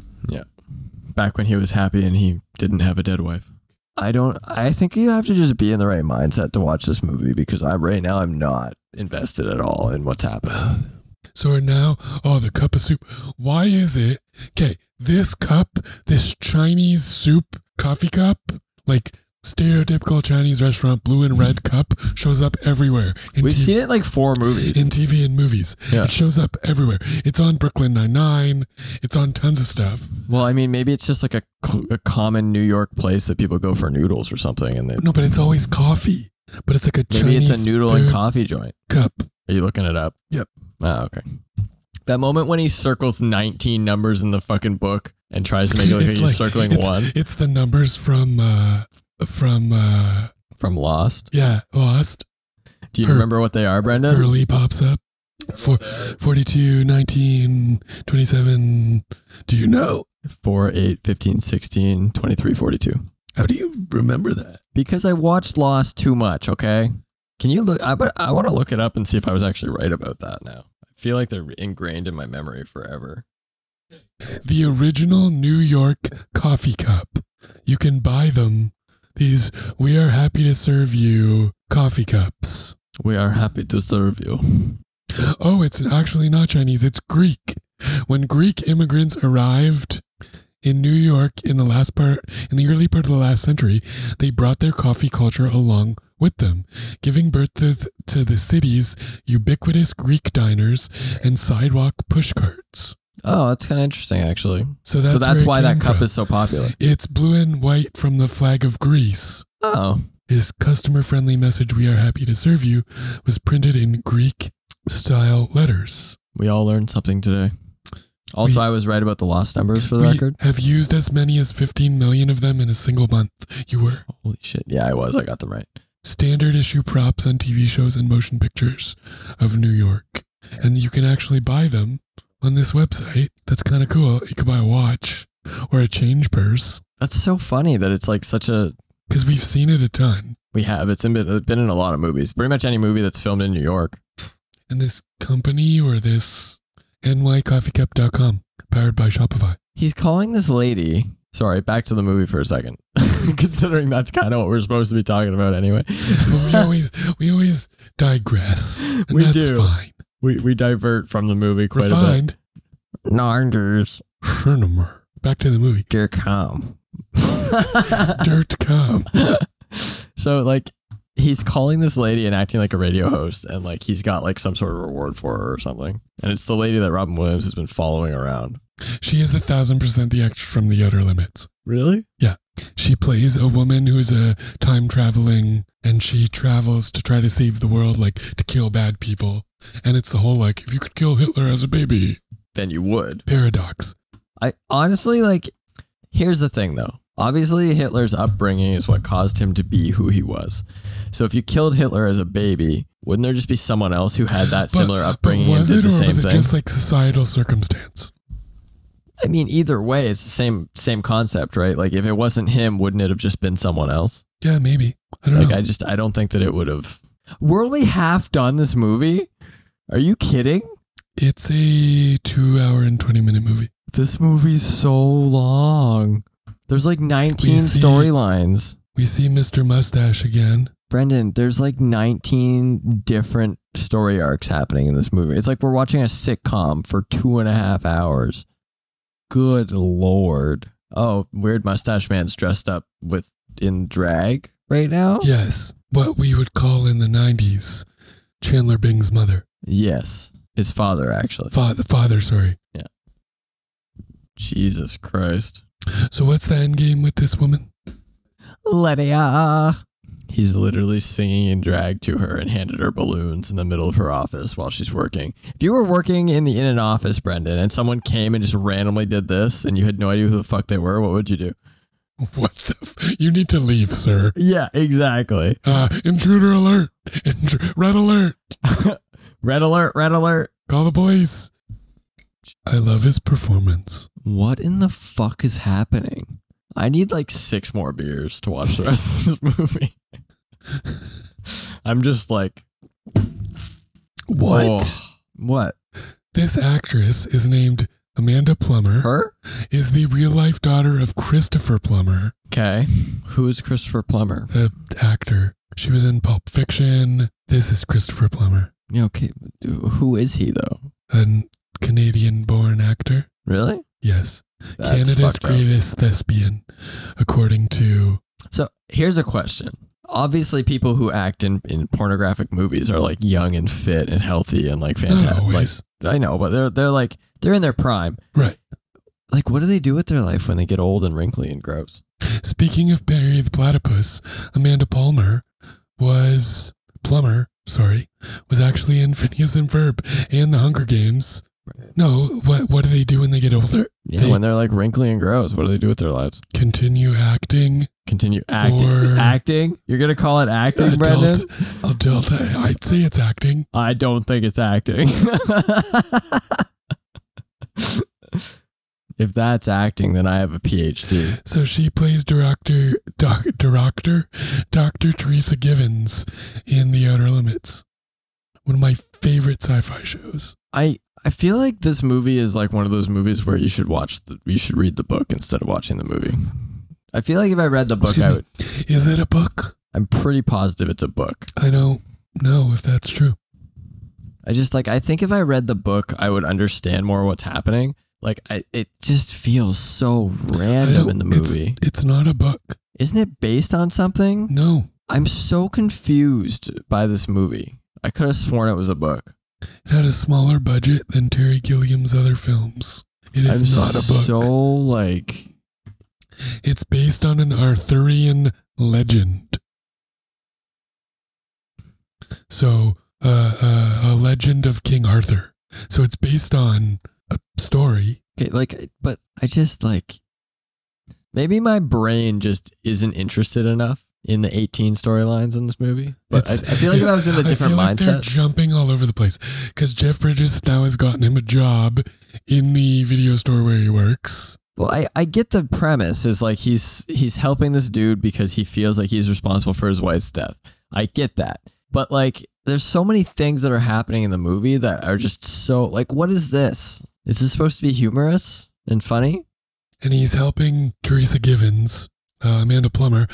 S1: back when he was happy and he didn't have a dead wife. I don't. I think you have to just be in the right mindset to watch this movie because I right now I'm not invested at all in what's happening.
S2: So we're now, oh, the cup of soup. Why is it? Okay, this cup, this Chinese soup coffee cup, like stereotypical Chinese restaurant blue and red cup, shows up everywhere. In
S1: We've
S2: TV
S1: seen it in, like four movies.
S2: in TV and movies.
S1: Yeah.
S2: It shows up everywhere. It's on Brooklyn Nine Nine. It's on tons of stuff.
S1: Well, I mean, maybe it's just like a, cl- a common New York place that people go for noodles or something, and they,
S2: No, but it's always coffee. But it's like a
S1: maybe
S2: Chinese
S1: it's a noodle
S2: food
S1: and coffee joint.
S2: cup.
S1: Are you looking it up?
S3: Yep.
S1: Oh, okay. That moment when he circles 19 numbers in the fucking book and tries to make it look like
S2: It's
S1: he's circling
S2: it's,
S1: one
S2: It's the numbers from uh from uh
S1: from Lost.
S2: yeah Lost.
S1: Do you
S2: Her-
S1: remember what they are, Brendan?
S2: Early pops up. for, 42, 19, 27. Do you know?
S1: 4, 8, 15, 16, 23, 42.
S3: How do you remember that?
S1: Because I watched Lost too much, okay? Can you look? I, but I want to look it up and see if I was actually right about that now. I feel like they're ingrained in my memory forever.
S2: The original New York coffee cup. You can buy them. These we are happy to serve you coffee cups.
S1: We are happy to serve you.
S2: Oh, it's actually not Chinese, it's Greek. When Greek immigrants arrived in New York in the last part in the early part of the last century, they brought their coffee culture along with them, giving birth to, th- to the city's ubiquitous Greek diners and sidewalk push carts.
S1: Oh, that's kind of interesting, actually.
S2: So that's,
S1: so that's
S2: where it
S1: why that
S2: came
S1: cup
S2: from.
S1: is so popular.
S2: It's blue and white from the flag of Greece.
S1: Oh,
S2: His customer friendly message, We are happy to serve you, was printed in Greek style letters.
S1: we all learned something today. Also,
S2: We-
S1: I was right about the lost numbers for the
S2: we
S1: record.
S2: have used as many as 15 million of them in a single month. You were
S1: Holy shit. Yeah, I was. I got them right.
S2: standard issue props on TV shows and motion pictures of New York. And you can actually buy them on this website. That's kind of cool. You could buy a watch or a change purse
S1: That's so funny that it's like such a.
S2: because we've seen it a ton.
S1: We have. It's in, it's been in a lot of movies. Pretty much any movie that's filmed in New York.
S2: And this company or this nycoffeecup.com powered by Shopify.
S1: He's calling this lady. Sorry, back to the movie for a second. Considering that's kind of what we're supposed to be talking about anyway.
S2: But we always we always digress. And
S1: We
S2: that's
S1: do.
S2: fine.
S1: we, we divert from the movie quite a
S2: Refined.
S1: bit. Narders,
S2: Schirnemer. Back to the movie.
S1: dear come.
S2: Dirt com.
S1: so like he's calling this lady and acting like a radio host and like he's got like some sort of reward for her or something and it's the lady that robin williams has been following around
S2: She is a thousand percent the extra from the Outer Limits.
S1: really
S2: She plays a woman who's a time traveling and she travels to try to save the world, like to kill bad people. And it's the whole like, if you could kill Hitler as a baby
S1: then you would
S2: paradox.
S1: i honestly like here's the thing though obviously hitler's upbringing is what caused him to be who he was so if you killed hitler as a baby wouldn't there just be someone else who had that similar upbringing
S2: but
S1: and
S2: was
S1: did
S2: it
S1: the
S2: or
S1: same
S2: was it
S1: thing
S2: just like societal circumstance?
S1: i mean either way it's the same same concept right like if it wasn't him wouldn't it have just been someone else
S2: Yeah, maybe. I don't
S1: Like
S2: know.
S1: I just I don't think that it would have. We're only half done this movie. Are you kidding?
S2: it's a two hour and 20 minute movie.
S1: This movie's so long. There's like 19
S2: We see-
S1: storylines.
S2: We see Mr. Mustache again.
S1: Brendan, there's like 19 different story arcs happening in this movie. It's like we're watching a sitcom for two and a half hours. Good lord. Oh, weird mustache man's dressed up with in drag right now?
S2: Yes. What we would call in the 90s Chandler Bing's mother.
S1: Yes. His father actually.
S2: Father, father, sorry.
S1: Jesus Christ.
S2: So what's the end game with this woman?
S1: Lydia. He's literally singing in drag to her and handed her balloons in the middle of her office while she's working. If you were working in the in an office, Brendan, and someone came and just randomly did this and you had no idea who the fuck they were, what would you do?
S2: What the? F- you need to leave, sir.
S1: Yeah, exactly.
S2: Uh, intruder alert! Intr- red alert!
S1: Red alert, red alert.
S2: Call the police! I love his performance.
S1: What in the fuck is happening? I need like six more beers to watch the rest of this movie. I'm just like,
S3: What?
S1: oh. What?
S2: This actress is named Amanda Plummer.
S1: Her?
S2: Is the real life daughter of Christopher Plummer,
S1: Okay. Who is Christopher Plummer?
S2: the actor. She was in Pulp Fiction. This is Christopher Plummer,
S1: Yeah, okay. but Who is he though?
S2: a Canadian born actor.
S1: Really?
S2: Yes.
S1: That's
S2: Canada's
S1: fucked up.
S2: greatest thespian, according to.
S1: So here's a question. Obviously, people who act in, in pornographic movies are like young and fit and healthy and uh, like
S2: Not
S1: fantastic. Like,
S2: always.
S1: I know, but they're they're like they're in their prime.
S2: Right.
S1: Like, what do they do with their life when they get old and wrinkly and gross?
S2: Speaking of Barry the Platypus, Amanda Palmer was Plummer, sorry, was actually in Phineas and Ferb and the Hunger Games. No, what what do they do when they get older?
S1: Yeah,
S2: They-
S1: when they're like wrinkly and gross, what do they do with their lives?
S2: Continue acting.
S1: Continue acting.
S2: Or-
S1: acting? You're gonna call it acting,
S2: Adult.
S1: Brendan?
S2: Adult, I, I'd say it's acting.
S1: I don't think it's acting. if that's acting, then I have a PhD.
S2: So she plays director, doc, director, Dr. Teresa Givens in The Outer Limits, one of my favorite sci-fi shows.
S1: I I feel like this movie is like one of those movies where you should watch the you should read the book instead of watching the movie. I feel like if I read the book,
S2: Excuse
S1: I
S2: me.
S1: would,
S2: Is it a book?
S1: I'm pretty positive it's a book.
S2: I don't know if that's true.
S1: I just like I think if I read the book, I would understand more what's happening. Like I, it just feels so
S2: I
S1: random
S2: don't-
S1: in the
S2: it's-
S1: movie.
S2: It's, not a book.
S1: Isn't it based on something?
S2: No,
S1: I'm so confused by this movie. I could have sworn it was a book.
S2: it had a smaller budget than Terry Gilliam's other films. It is
S1: I'm
S2: not a book.
S1: so like
S2: it's based on an Arthurian legend. So, uh, uh, a legend of King Arthur. So it's based on a story.
S1: okay, like but I just like maybe my brain just isn't interested enough in the 18 storylines in this movie. But I, I
S2: It's-
S1: feel like if I was in a
S2: I
S1: different
S2: feel like they're
S1: mindset.
S2: jumping all over the place because Jeff Bridges now has gotten him a job in the video store where he works.
S1: Well, I, I get the premise is like he's he's helping this dude because he feels like he's responsible for his wife's death. I get that. But like there's so many things that are happening in the movie that are just so like what is this? Is this supposed to be humorous and funny?
S2: and he's helping Teresa Givens, uh, Amanda Plummer,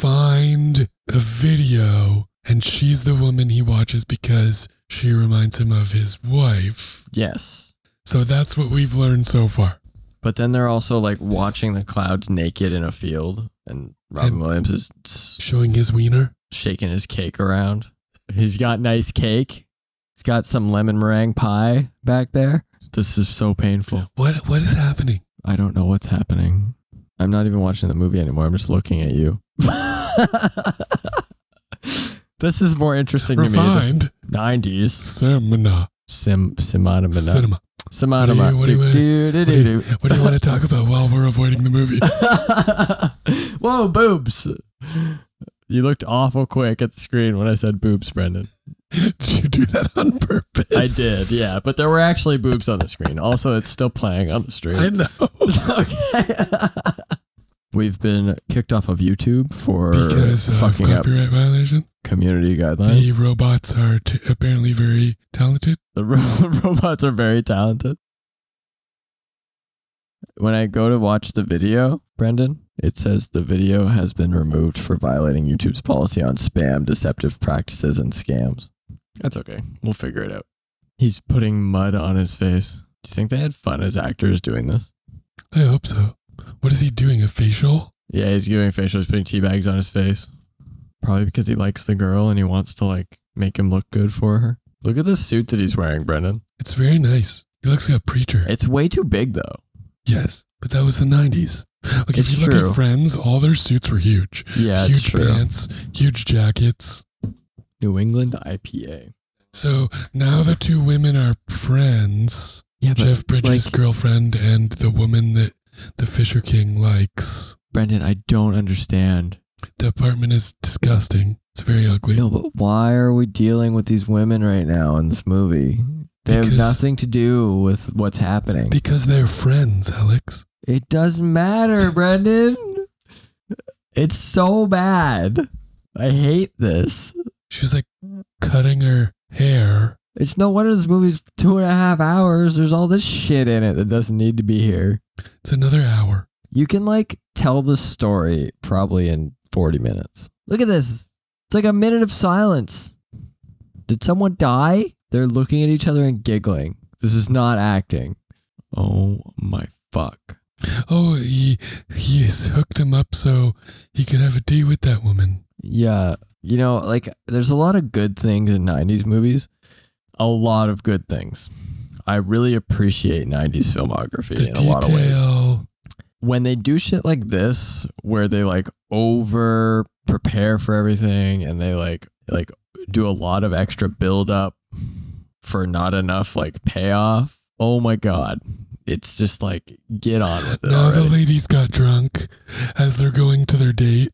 S2: find a video, and she's the woman he watches because she reminds him of his wife.
S1: Yes.
S2: So that's what we've learned so far.
S1: But then they're also like watching the clouds naked in a field and Robin
S2: And-
S1: Williams is s-
S2: Showing his wiener.
S1: shaking his cake around. He's got nice cake. He's got some lemon meringue pie back there. This is so painful.
S2: What what is happening?
S1: I don't know what's happening. I'm not even watching the movie anymore. I'm just looking at you. this is more interesting to me.
S2: Refined
S1: The 90s.
S2: cinema.
S1: Sim Simatamana.
S2: Cinema.
S1: Simatamana.
S2: What do you- what do
S1: Do, do, do,
S2: What do, you,
S1: do,
S2: what do you want to talk about while we're avoiding the movie?
S1: do. Whoa, boobs. You looked awful quick at the screen when I said boobs, Brendan.
S2: Did you do that on purpose?
S1: I did, yeah. But there were actually boobs on the screen. Also, it's still playing on the stream.
S3: I know.
S1: okay. We've been kicked off of YouTube for
S2: Because of
S1: fucking up
S2: copyright violation,
S1: community guidelines.
S2: the robots are t- apparently very talented.
S1: The, ro- robots are very talented. When I go to watch the video, Brendan, it says the video has been removed for violating YouTube's policy on spam, deceptive practices, and scams. That's okay. We'll figure it out. He's putting mud on his face. Do you think they had fun as actors doing this?
S2: I hope so. What is he doing? A facial?
S1: Yeah, he's giving facial. He's putting tea bags on his face. Probably because he likes the girl and he wants to like make him look good for her. Look at the suit that he's wearing, Brendan.
S2: It's very nice. He looks like a preacher.
S1: It's way too big though.
S2: yes, but that was the 90s. Like,
S1: It's
S2: if you look
S1: true.
S2: at Friends, all their suits were huge.
S1: Yeah, it's
S2: huge
S1: true.
S2: pants, huge jackets.
S1: New England IPA.
S2: So now the two women are friends
S1: Yeah, but
S2: Jeff Bridges'
S1: like-
S2: girlfriend and the woman that the Fisher King likes.
S1: Brendan, I don't understand.
S2: The apartment is disgusting. It's very ugly.
S1: No, but why are we dealing with these women right now in this movie? They have
S2: Because-
S1: nothing to do with what's happening.
S2: Because they're friends, Alex.
S1: It doesn't matter, Brendan. It's so bad. I hate this.
S2: She was like cutting her hair.
S1: It's no wonder this movie's two and a half hours. There's all this shit in it that doesn't need to be here.
S2: It's another hour.
S1: You can like tell the story probably in 40 minutes. Look at this. It's like a minute of silence. Did someone die? They're looking at each other and giggling. This is not acting. Oh my fuck.
S2: Oh, he he's hooked him up so he could have a date with that woman.
S1: Yeah. You know, like there's a lot of good things in 90s movies. A lot of good things. I really appreciate 90s filmography
S2: The
S1: in a lot of ways.
S2: detail.
S1: when they do shit like this where they like over prepare for everything and they like like do a lot of extra build up for not enough like payoff Oh my god. It's just like get on with it.
S2: Now the
S1: already.
S2: ladies got drunk as they're going to their date.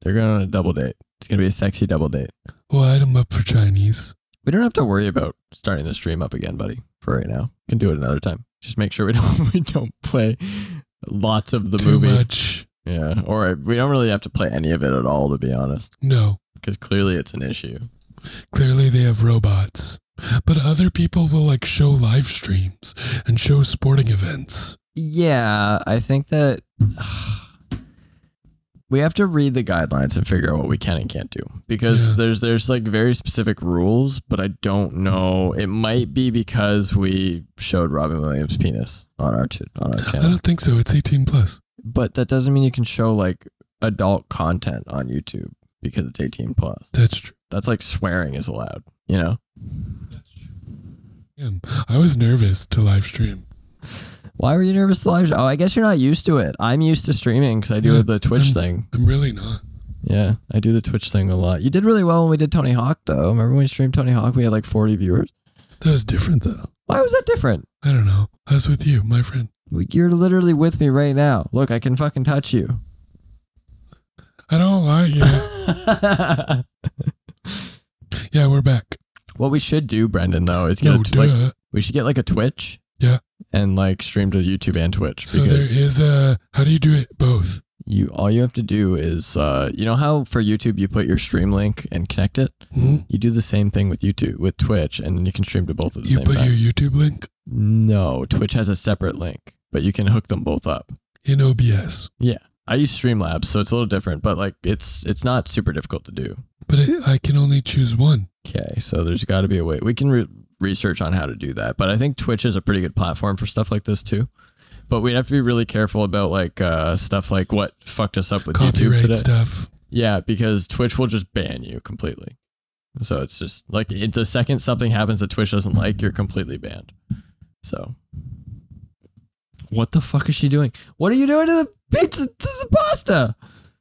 S1: They're going on a double date. It's gonna be a sexy double date.
S2: We'll add them up for Chinese.
S1: We don't have to worry about starting the stream up again, buddy. For right now, can do it another time. Just make sure we don't we don't play lots of the
S2: Too
S1: movie.
S2: much.
S1: Yeah, or we don't really have to play any of it at all, to be honest,
S2: No.
S1: because clearly it's an issue.
S2: Clearly they have robots. But other people will like show live streams and show sporting events.
S1: Yeah, I think that we have to read the guidelines and figure out what we can and can't do because
S2: Yeah.
S1: there's there's like very specific rules, but I don't know. It might be because we showed Robin Williams' penis on our t- on our
S2: I
S1: channel,
S2: don't think so. It's 18 plus.
S1: but that doesn't mean you can show like adult content on YouTube because it's 18 plus.
S2: That's true.
S1: That's like swearing is allowed, you know.
S2: Damn. I was nervous to live stream.
S1: Why were you nervous to live? Oh, I guess you're not used to it. I'm used to streaming because I do
S2: Yeah,
S1: the Twitch
S2: I'm-
S1: thing.
S2: I'm really not.
S1: Yeah, I do the Twitch thing a lot. You did really well when we did Tony Hawk, though. Remember when we streamed Tony Hawk? We had like 40 viewers.
S2: That was different though.
S1: Why was that different?
S2: I don't know. I was with you, my friend.
S1: You're literally with me right now. Look, I can fucking touch you.
S2: I don't like you. yeah, we're back.
S1: what we should do, Brendan, though, is get
S2: No,
S1: a t- like
S2: duh.
S1: we should get like a Twitch.
S2: Yeah.
S1: And like stream to YouTube and Twitch
S2: So there
S1: because
S2: is a. How do you do it both?
S1: you all you have to do is uh, you know how for YouTube you put your stream link and connect it.
S2: Hmm?
S1: You do the same thing with YouTube with Twitch, and then you can stream to both at the
S2: You
S1: same
S2: put
S1: time.
S2: your YouTube link
S1: No, Twitch has a separate link, but you can hook them both up.
S2: in OBS,
S1: I use Streamlabs, so it's a little different, but like it's it's not super difficult to do.
S2: but it, I can only choose one.
S1: Okay, so there's got to be a way. We can re- research on how to do that, but I think Twitch is a pretty good platform for stuff like this too. But we'd have to be really careful about like uh, stuff like what fucked us up with YouTube
S2: Copyright
S1: today.
S2: stuff.
S1: Yeah, because Twitch will just ban you completely. So it's just like it, the second something happens that Twitch doesn't like, you're completely banned. So what the fuck is she doing? What are you doing to the pizza to the pasta?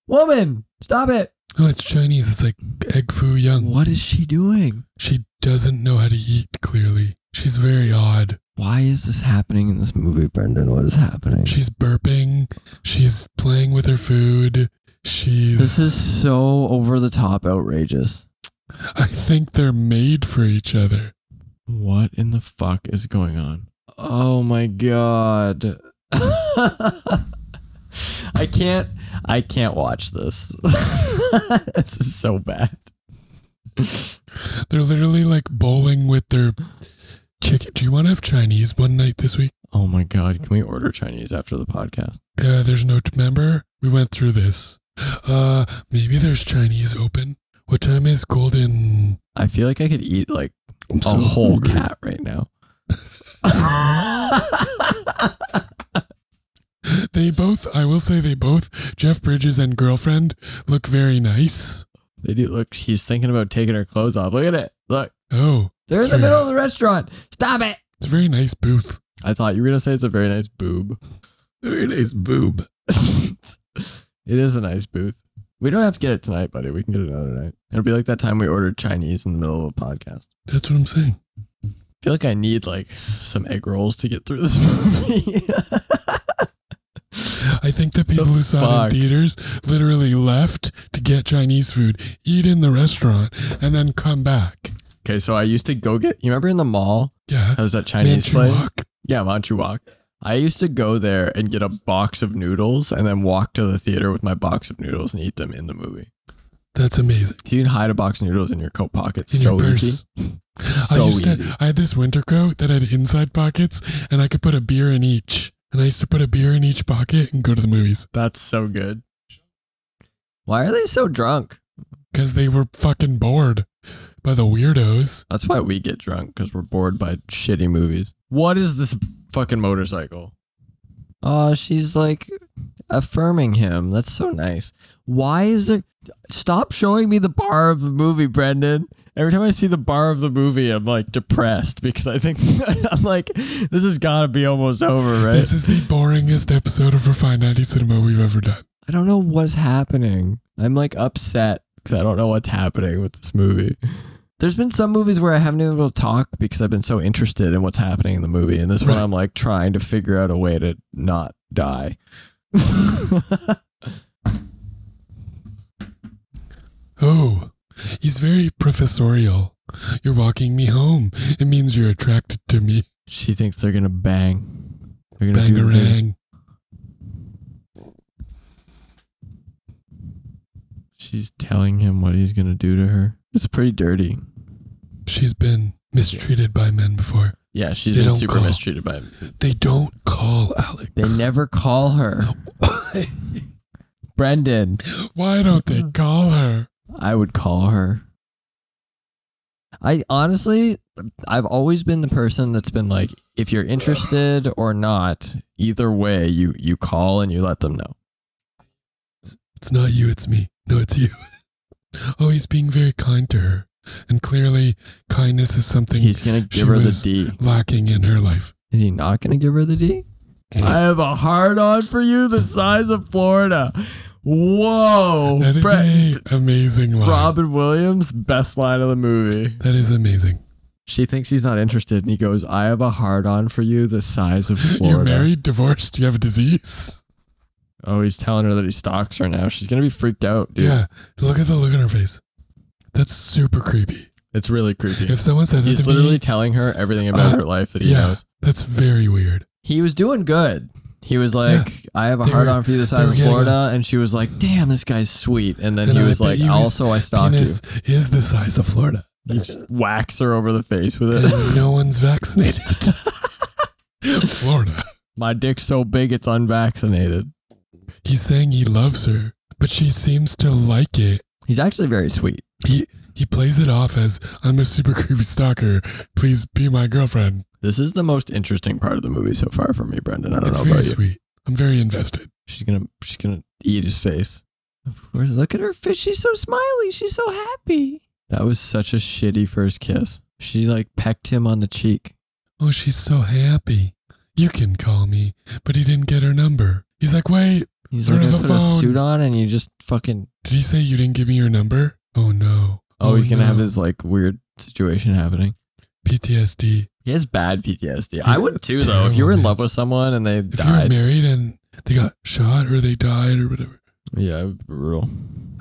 S1: Woman, stop it.
S2: Oh, it's Chinese. It's like egg foo young.
S1: What is she doing?
S2: She doesn't know how to eat. Clearly, she's very odd.
S1: Why is this happening in this movie, Brendan? What is happening?
S2: She's burping. She's playing with her food. She's.
S1: This is so over the top outrageous.
S2: I think they're made for each other.
S1: What in the fuck is going on? Oh my god. I can't I can't watch this. this is so bad.
S2: They're literally like bowling with their chicken. Do you want to have Chinese one night this week?
S1: Oh my god, can we order Chinese after the podcast?
S2: Uh, there's no member. We went through this. Uh, maybe there's Chinese open. What time is golden?
S1: I feel like I could eat like
S2: I'm
S1: a whole cat right now.
S2: They both, I will say, they both, Jeff Bridges and girlfriend, look very nice.
S1: they do look she's thinking about taking her clothes off. Look at it. Look.
S2: Oh,
S1: They're in the middle of the restaurant. Stop it.
S2: it's a very nice booth.
S1: I thought you were gonna say it's a very nice boob.
S3: Very nice boob.
S1: it is a nice booth. We don't have to get it tonight, buddy. We can get it another night. It'll be like that time we ordered Chinese in the middle of a podcast.
S2: That's what I'm saying.
S1: I feel like I need like some egg rolls to get through this movie.
S2: I think the people
S1: The
S2: who saw it
S1: fuck?
S2: in theaters literally left to get Chinese food, eat in the restaurant, and then come back.
S1: okay, so I used to go get. You remember in the mall?
S2: Yeah.
S1: How's that Chinese
S2: Manchu
S1: place?
S2: walk.
S1: Yeah, Manchuwak. I used to go there and get a box of noodles and then walk to the theater with my box of noodles and eat them in the movie.
S2: That's amazing.
S1: You can hide a box of noodles in your coat pocket
S2: In
S1: so
S2: your purse.
S1: easy.
S2: I
S1: So
S2: used
S1: easy.
S2: To, I had this winter coat that had inside pockets, and I could put a beer in each. And I used to put a beer in each pocket and go to the movies
S1: That's so good. Why are they so drunk?
S2: because they were fucking bored by the weirdos.
S1: That's why we get drunk because we're bored by shitty movies. What is this fucking motorcycle? Oh, she's like affirming him. That's so nice. Why is there? Stop showing me the bar of the movie, Brendan. Every time I see the bar of the movie, I'm like depressed because I think I'm like, this has got to be almost over, right?
S2: This is the boringest episode of Refined 90 Cinema we've ever done.
S1: I don't know what's happening. I'm like upset because I don't know what's happening with this movie. There's been some movies where I haven't been able to talk because I've been so interested in what's happening in the movie, and this one
S2: Right.
S1: I'm like trying to figure out a way to not die.
S2: Oh, he's very professorial. You're walking me home. It means you're attracted to me.
S1: she thinks they're gonna bang. They're gonna do the thing.
S2: Bangarang.
S1: She's telling him what he's gonna do to her. It's pretty dirty.
S2: She's been mistreated by men before.
S1: Yeah, she's
S2: They
S1: been
S2: don't
S1: super
S2: call.
S1: mistreated by him.
S2: They don't call Alex.
S1: They never call her. Brendan,
S2: Why don't they call her?
S1: I would call her. I honestly, I've always been the person that's been like, if you're interested or not, either way, you you call and you let them know.
S2: It's not you, it's me. No, it's you. Oh, he's being very kind to her. And clearly, kindness is something
S1: He's gonna give
S2: she
S1: her the
S2: was-
S1: D.
S2: lacking in her life.
S1: Is he not gonna give her the D? I have a hard on for you the size of Florida. Whoa,
S2: That is
S1: Brett-
S2: a amazing line.
S1: Robin Williams, best line of the movie.
S2: That is amazing.
S1: She thinks he's not interested, and he goes, "I have a hard on for you the size of Florida."
S2: You're married, divorced, you have a disease.
S1: Oh, he's telling her that he stalks her now. She's gonna be freaked out, dude.
S2: Yeah. Look at the look on her face. That's super creepy.
S1: It's really creepy.
S2: If someone said that
S1: He's
S2: to
S1: literally
S2: me,
S1: telling her everything about
S2: Uh,
S1: her life that he
S2: yeah,
S1: knows.
S2: that's very weird.
S1: He was doing good. He was like, "I have a
S2: They
S1: hard
S2: were-
S1: on for you the
S2: they
S1: size
S2: were
S1: of
S2: getting
S1: Florida," and she was like, "Damn, this guy's sweet." And then
S2: And
S1: he
S2: I
S1: was
S2: bet
S1: like,
S2: you his
S1: "Also, I stalked you."
S2: Penis is the size of Florida.
S1: He just whacks her over the face with it.
S2: And no one's vaccinated. Florida.
S1: My dick's so big it's unvaccinated.
S2: He's saying he loves her, but she seems to like it.
S1: He's actually very sweet.
S2: He he plays it off as I'm a super creepy stalker. Please be my girlfriend.
S1: This is the most interesting part of the movie so far for me, Brendan. I don't
S2: It's
S1: know
S2: very
S1: about you.
S2: sweet. I'm very invested.
S1: She's gonna she's gonna eat his face. Where's- Look at her face. She's so smiley. She's so happy. That was such a shitty first kiss. She like pecked him on the cheek.
S2: Oh, she's so happy. You can call me, but he didn't get her number. He's like, wait,
S1: He's
S2: Turn
S1: like, I
S2: off the
S1: put a
S2: phone.
S1: suit on and you just fucking.
S2: did he say you didn't give me your number? Oh no.
S1: Oh, he's gonna have
S2: no.
S1: this like weird situation happening.
S2: PTSD.
S1: He has bad PTSD. I would too, though. If
S2: Terrible,
S1: you were in
S2: dude.
S1: love with someone and they
S2: If you were
S1: died,
S2: married and they got shot or they died or whatever,
S1: yeah, it would be brutal.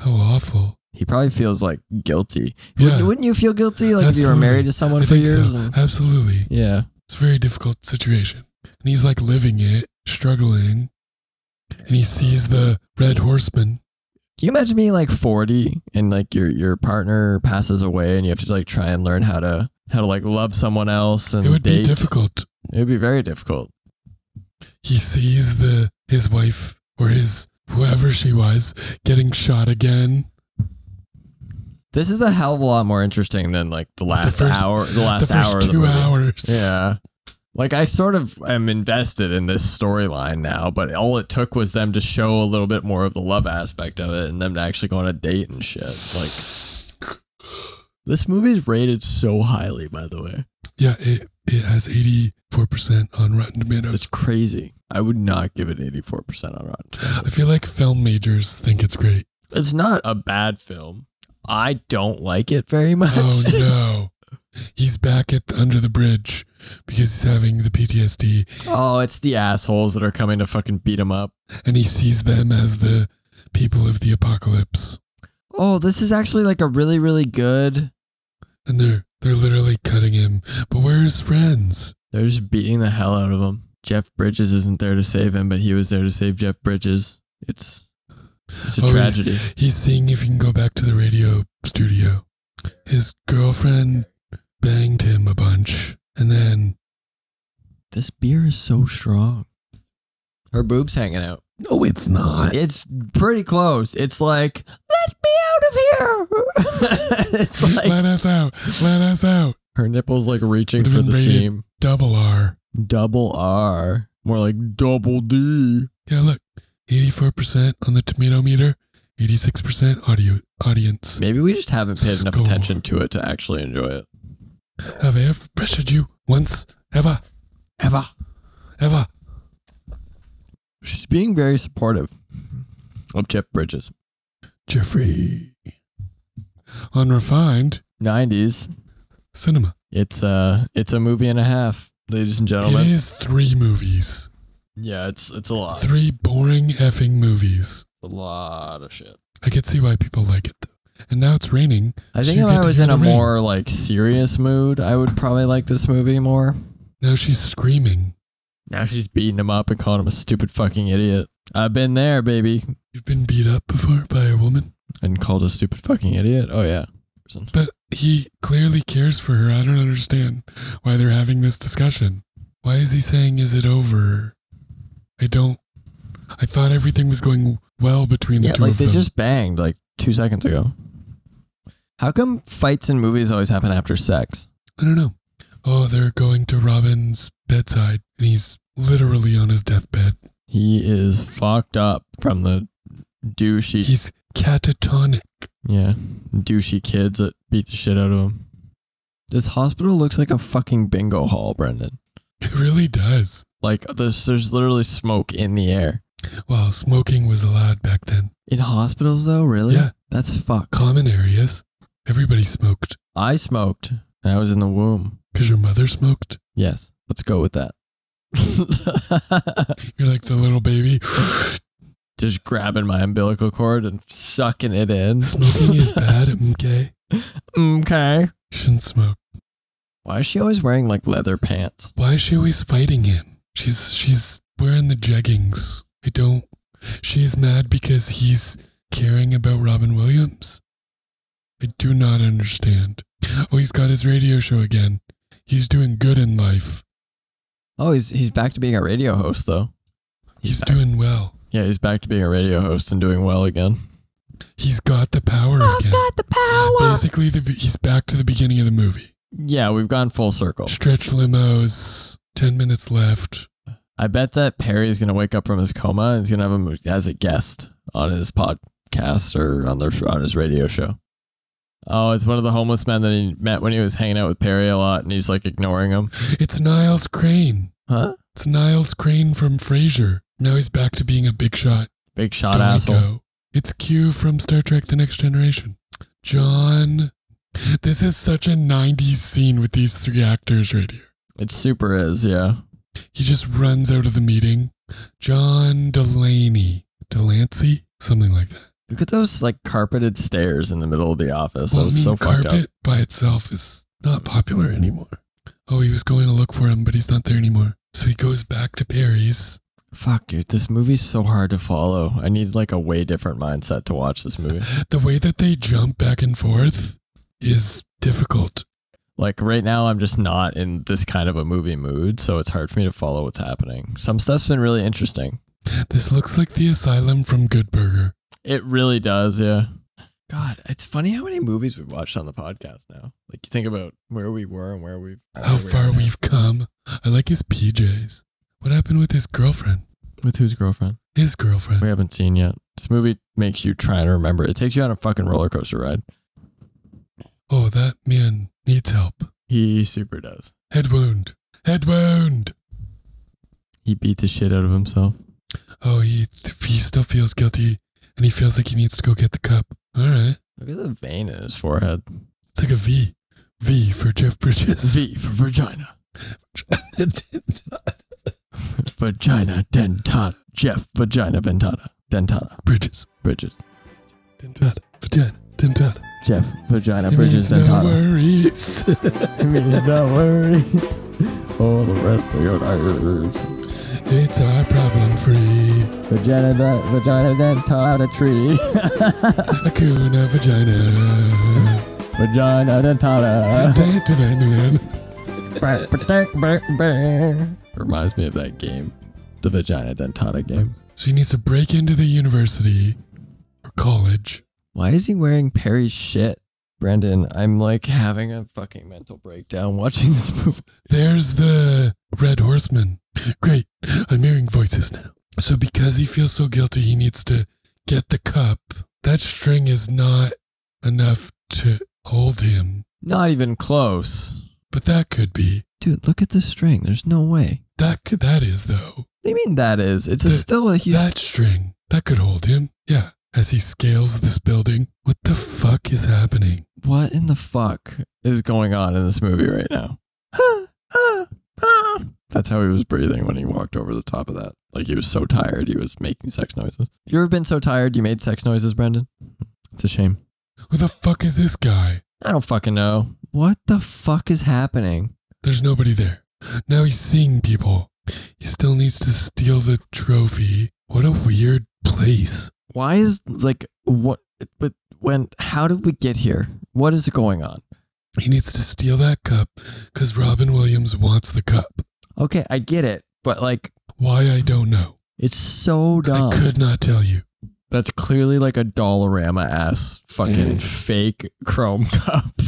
S2: how awful.
S1: He probably feels like guilty.
S2: Yeah.
S1: Wouldn't, wouldn't you feel guilty like if you were
S2: Absolutely.
S1: married to someone
S2: I
S1: for
S2: think so.
S1: years? And,
S2: Absolutely.
S1: yeah.
S2: It's a very difficult situation. And he's like living it, struggling. And he sees the red horseman.
S1: Can you imagine being like 40 and like your your partner passes away and you have to like try and learn how to how to like love someone else and
S2: It would
S1: date?
S2: be difficult.
S1: It would be very difficult.
S2: He sees the his wife or his whoever she was getting shot again.
S1: This is a hell of a lot more interesting than like the last
S2: first-
S1: hour, the last
S2: the first
S1: hour of the
S2: two
S1: movie.
S2: hours.
S1: Yeah. Like I sort of am invested in this storyline now, but all it took was them to show a little bit more of the love aspect of it and them to actually go on a date and shit. Like this movie is rated so highly, by the way.
S2: Yeah, it, it has 84% on Rotten Tomatoes.
S1: It's crazy. I would not give it 84% on Rotten Tomatoes.
S2: I feel like film majors think it's great.
S1: It's not a bad film. I don't like it very much.
S2: Oh no. He's back at the, under the bridge because he's having the PTSD
S1: Oh, it's the assholes that are coming to fucking beat him up.
S2: and he sees them as the people of the apocalypse.
S1: Oh, this is actually like a really, really good.
S2: And they're they're literally cutting him. But where are his friends?
S1: They're just beating the hell out of him. Jeff Bridges isn't there to save him, but he was there to save Jeff Bridges. It's it's a
S2: Oh, he's-
S1: tragedy.
S2: He's seeing if he can go back to the radio studio. His girlfriend banged him a bunch and then
S1: This beer is so strong. Her boobs hanging out.
S3: No, it's not.
S1: It's pretty close. It's like, let me out of here. it's like
S2: let us out. Let us out.
S1: her nipples like reaching
S2: Would've
S1: for
S2: been
S1: the
S2: rated-
S1: seam.
S2: Double R.
S1: Double R, more like double D.
S2: Yeah, look. 84% on the tomato meter, 86% audio audience.
S1: Maybe we just haven't paid enough
S2: Score.
S1: attention to it to actually enjoy it.
S2: Have I ever pressured you once? Ever?
S1: Ever.
S2: Ever?
S1: She's being very supportive of Jeff Bridges.
S2: Jeffrey. Unrefined,
S1: 90s.
S2: Cinema.
S1: It's uh it's a movie and a half, ladies and
S2: It
S1: gentlemen.
S2: is three movies.
S1: Yeah, it's it's a lot.
S2: Three boring effing movies.
S1: It's a lot of shit.
S2: I could see why people like it though. And now it's raining.
S1: I
S2: So
S1: think
S2: you
S1: if
S2: get
S1: I
S2: to
S1: was
S2: hear
S1: in
S2: the
S1: a
S2: rain.
S1: more like serious mood, I would probably like this movie more.
S2: Now she's screaming.
S1: Now she's beating him up and calling him a stupid fucking idiot. I've been there, baby,
S2: You've been beat up before by a woman.
S1: and called a stupid fucking idiot. Oh yeah, person.
S2: But he clearly cares for her. I don't understand why they're having this discussion. Why is he saying, is it over? I don't. I thought everything was going well between the
S1: Yeah,
S2: two
S1: like
S2: of
S1: they
S2: them.
S1: just banged like two seconds ago. How come fights in movies always happen after sex?
S2: I don't know. Oh, they're going to Robin's bedside, and he's literally on his deathbed.
S1: He is fucked up from the douchey,
S2: He's catatonic.
S1: yeah, douchey kids that beat the shit out of him. This hospital looks like a fucking bingo hall, Brendan.
S2: It really does.
S1: Like there's there's literally smoke in the air.
S2: Well, smoking was allowed back then.
S1: In hospitals though, really?
S2: Yeah.
S1: That's fucked.
S2: Common areas. Everybody smoked.
S1: I smoked. and I was in the womb.
S2: Because your mother smoked.
S1: Yes. Let's go with that.
S2: You're like the little baby.
S1: Just grabbing my umbilical cord and sucking it in.
S2: Smoking is bad, okay?
S1: okay.
S2: Shouldn't smoke.
S1: Why is she always wearing like leather pants?
S2: Why is she always fighting him? She's she's wearing the jeggings. I don't. She's mad because he's caring about Robin Williams. I do not understand. Oh, he's got his radio show again. He's doing good in life.
S1: Oh, he's he's back to being a radio host though.
S2: He's
S1: back.
S2: doing well.
S1: yeah, he's back to being a radio host and doing well again.
S2: He's got the power again.
S1: the power.
S2: Basically, the, he's back to the beginning of the movie.
S1: Yeah, we've gone full circle.
S2: Stretch limos. Ten minutes left.
S1: I bet that Perry's gonna wake up from his coma and he's gonna have him as a guest on his podcast or on their on his radio show. Oh, it's one of the homeless men that he met when he was hanging out with Perry a lot, and he's like ignoring him.
S2: It's Niles Crane.
S1: Huh?
S2: It's Niles Crane from Frasier. Now he's back to being a big shot.
S1: Big shot
S2: Don't
S1: asshole.
S2: go. It's Q from Star Trek The Next Generation. John. This is such a 90s scene with these three actors right here.
S1: It super is, yeah.
S2: He just runs out of the meeting. John Delaney. Delancey? Something like that.
S1: Look at those like carpeted stairs in the middle of the office.
S2: Well,
S1: that was
S2: I
S1: so
S2: mean,
S1: fucked up.
S2: carpet by itself is not popular anymore. Oh, he was going to look for him, but he's not there anymore. So he goes back to Perry's.
S1: Fuck, dude, this movie's so hard to follow. I need like a way different mindset to watch this movie.
S2: The way that they jump back and forth is difficult.
S1: Like right now, I'm just not in this kind of a movie mood, so it's hard for me to follow what's happening. Some stuff's been really interesting.
S2: This looks like the asylum from Good Burger.
S1: It really does, yeah. God, it's funny how many movies we've watched on the podcast now. Like you think about where we were and where we've
S2: How
S1: where we are now.
S2: far we've come. I like his PJs. What happened with his girlfriend?
S1: with whose girlfriend
S2: His
S1: we
S2: girlfriend.
S1: haven't seen yet. This movie makes you try and remember. It takes you on a fucking roller coaster ride.
S2: Oh, that man needs help.
S1: He super does.
S2: Head wound. Head wound.
S1: He beat the shit out of himself.
S2: Oh, he he still feels guilty, and he feels like he needs to go get the cup. All right,
S1: Look at the vein in his forehead.
S2: it's like a V, V for Jeff Bridges.
S1: V for vagina. Vagina dentata. Jeff vagina ventata. Dentata.
S2: Bridges.
S1: Bridges.
S2: Dentata. Vagina. Dentata.
S1: Jeff vagina
S2: It
S1: bridges
S2: means no
S1: dentata.
S2: worries.
S1: It means no Oh. worry. All the rest of your lives.
S2: It's our problem free.
S1: Vagina da, vagina dentata tree.
S2: Hakuna vagina.
S1: Vagina dentata.
S2: Dun-dun-dun-dun.
S1: Reminds me of that game. The vagina dentata game.
S2: So he needs to break into the university or college.
S1: Why is he wearing Perry's shit? Brendan, I'm like having a fucking mental breakdown watching this movie.
S2: There's the red horseman. Great. I'm hearing voices now. So because he feels so guilty, he needs to get the cup. That string is not enough to hold him,
S1: Not even close.
S2: but that could be.
S1: Dude, look at this string. There's no way.
S2: That could, that is though.
S1: What do you mean that is? It's a,
S2: Th-
S1: still a he's
S2: that string that could hold him. Yeah. As he scales this building, what the fuck is happening?
S1: what in the fuck is going on in this movie right now? That's how he was breathing when he walked over the top of that. Like he was so tired, he was making sex noises. You ever been so tired you made sex noises, Brendan? It's a shame.
S2: Who the fuck is this guy?
S1: I don't fucking know. What the fuck is happening?
S2: There's nobody there. Now he's seeing people. He still needs to steal the trophy. What a weird place.
S1: Why is like what? But when? How did we get here? What is going on?
S2: He needs to steal that cup because Robin Williams wants the cup.
S1: Okay, I get it, but like
S2: Why, I don't know.
S1: it's so dumb.
S2: I could not tell you.
S1: That's clearly like a Dollarama ass fucking fake chrome cup.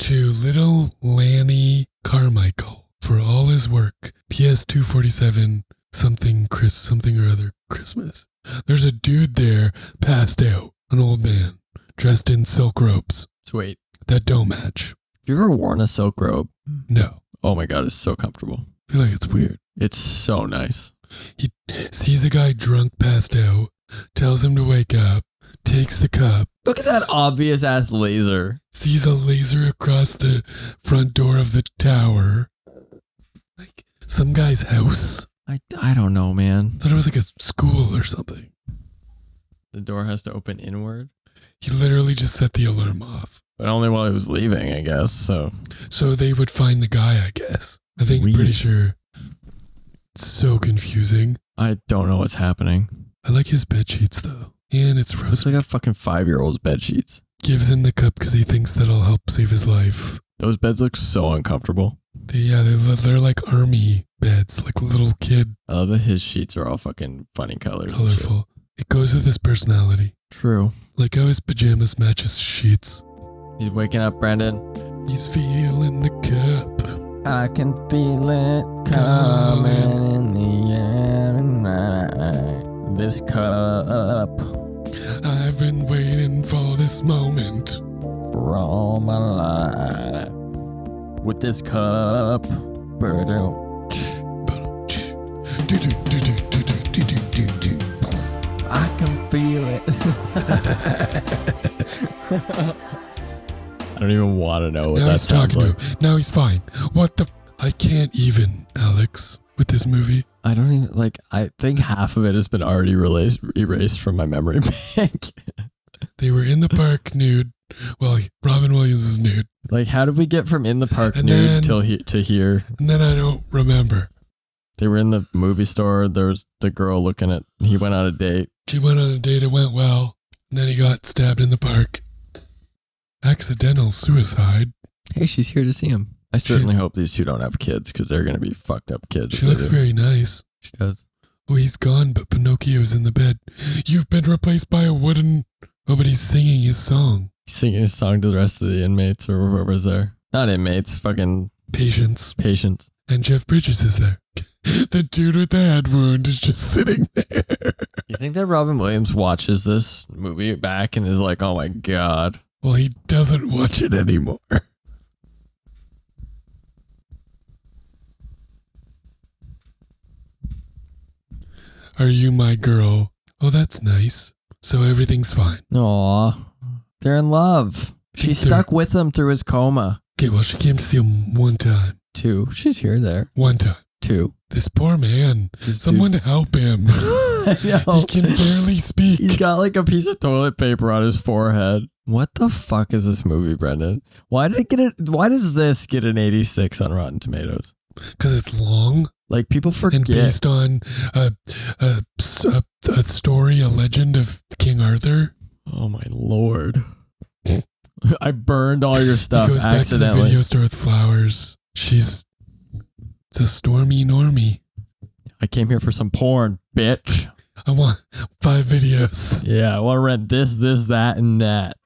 S2: To little Lanny Carmichael for all his work. PS 247, something, Chris, something or other, Christmas. There's a dude there, passed out, an old man, dressed in silk robes
S1: Sweet.
S2: that don't match.
S1: Have you ever worn a silk robe?
S2: No,
S1: Oh my god, it's so comfortable.
S2: I feel like it's weird.
S1: It's so nice.
S2: He sees a guy drunk, passed out, tells him to wake up, takes the cup,
S1: Look at that obvious ass laser.
S2: sees a laser across the front door of the tower. Like some guy's house.
S1: I, I don't know, man.
S2: Thought it was like a school or something.
S1: The door has to open inward,
S2: He literally just set the alarm off.
S1: but only while he was leaving, I guess. So
S2: So they would find the guy, I guess. I think I'm pretty
S1: Weird.
S2: sure. It's so confusing.
S1: I don't know what's happening.
S2: I like his bed sheets though. And it's
S1: Looks
S2: roasted.
S1: like a fucking five year old's bed sheets.
S2: Gives him the cup because he thinks that'll help save his life.
S1: Those beds look so uncomfortable.
S2: They, yeah, they, they're like army beds, like little kid
S1: I love that his sheets are all fucking funny colors. and shit.
S2: colorful. It goes with his personality.
S1: True.
S2: Like how his pajamas matches sheets.
S1: He's waking up, Brandon.
S2: He's feeling the cup.
S1: I can feel it
S2: coming
S1: in the air tonight. This cup
S2: I've been waiting for this moment.
S1: for all my life. With this cup,
S3: Do-do-do-do-do-do-do-do.
S1: I can feel it. I don't even want to know what
S2: now
S1: that
S2: he's
S1: sounds
S2: talking
S1: like.
S2: to him. Now he's fine. What the? I can't even, Alex, with this movie.
S1: I don't even like. I think half of it has been already erased, erased from my memory bank.
S2: They were in the park nude. Well, Robin Williams is nude.
S1: like, how did we get from in the park
S2: And
S1: nude
S2: then-
S1: till he, to here?
S2: And then I don't remember.
S1: They were in the movie store. There was the girl looking at. He went on a date.
S2: She went on a date. It went well. And then he got stabbed in the park. Accidental suicide.
S1: Hey, she's here to see him. I
S2: She-
S1: certainly hope these two don't have kids because they're gonna be fucked up kids. if
S2: She
S1: they
S2: looks
S1: do.
S2: very nice.
S1: She does.
S2: Oh, he's gone, but Pinocchio's in the bed. You've been replaced by a wooden. Oh, but he's singing his song.
S1: He's singing his song to the rest of the inmates or whoever's there. Not inmates. Fucking
S2: Patience.
S1: patients.
S2: And Jeff Bridges is there. the dude with the head wound is just sitting there.
S1: You think that Robin Williams watches this movie back and is like, "Oh my god."
S2: Well, he doesn't watch it anymore. Are you my girl? Oh, that's nice. So everything's fine.
S1: Aw. They're in love. She
S2: Think they're-
S1: stuck with him through his coma.
S2: Okay, well, she came to see him one time.
S1: Two. She's here there.
S2: One time.
S1: Two.
S2: This poor man. Someone help him.
S1: I know.
S2: He can barely speak.
S1: He's got like a piece of toilet paper on his forehead. What the fuck is this movie, Brendan? Why did it get it? Why does this get an 86 on Rotten Tomatoes?
S2: Because it's long
S1: Like people
S2: and
S1: forget.
S2: based on a, a, a, a story, a legend of King Arthur.
S1: oh my lord! I burned all your stuff
S2: he goes back to the
S1: accidentally.
S2: video store with flowers. She's it's a stormy normie.
S1: I came here for some porn, bitch.
S2: I want five videos.
S1: Yeah, I want to rent this, this, that, and that.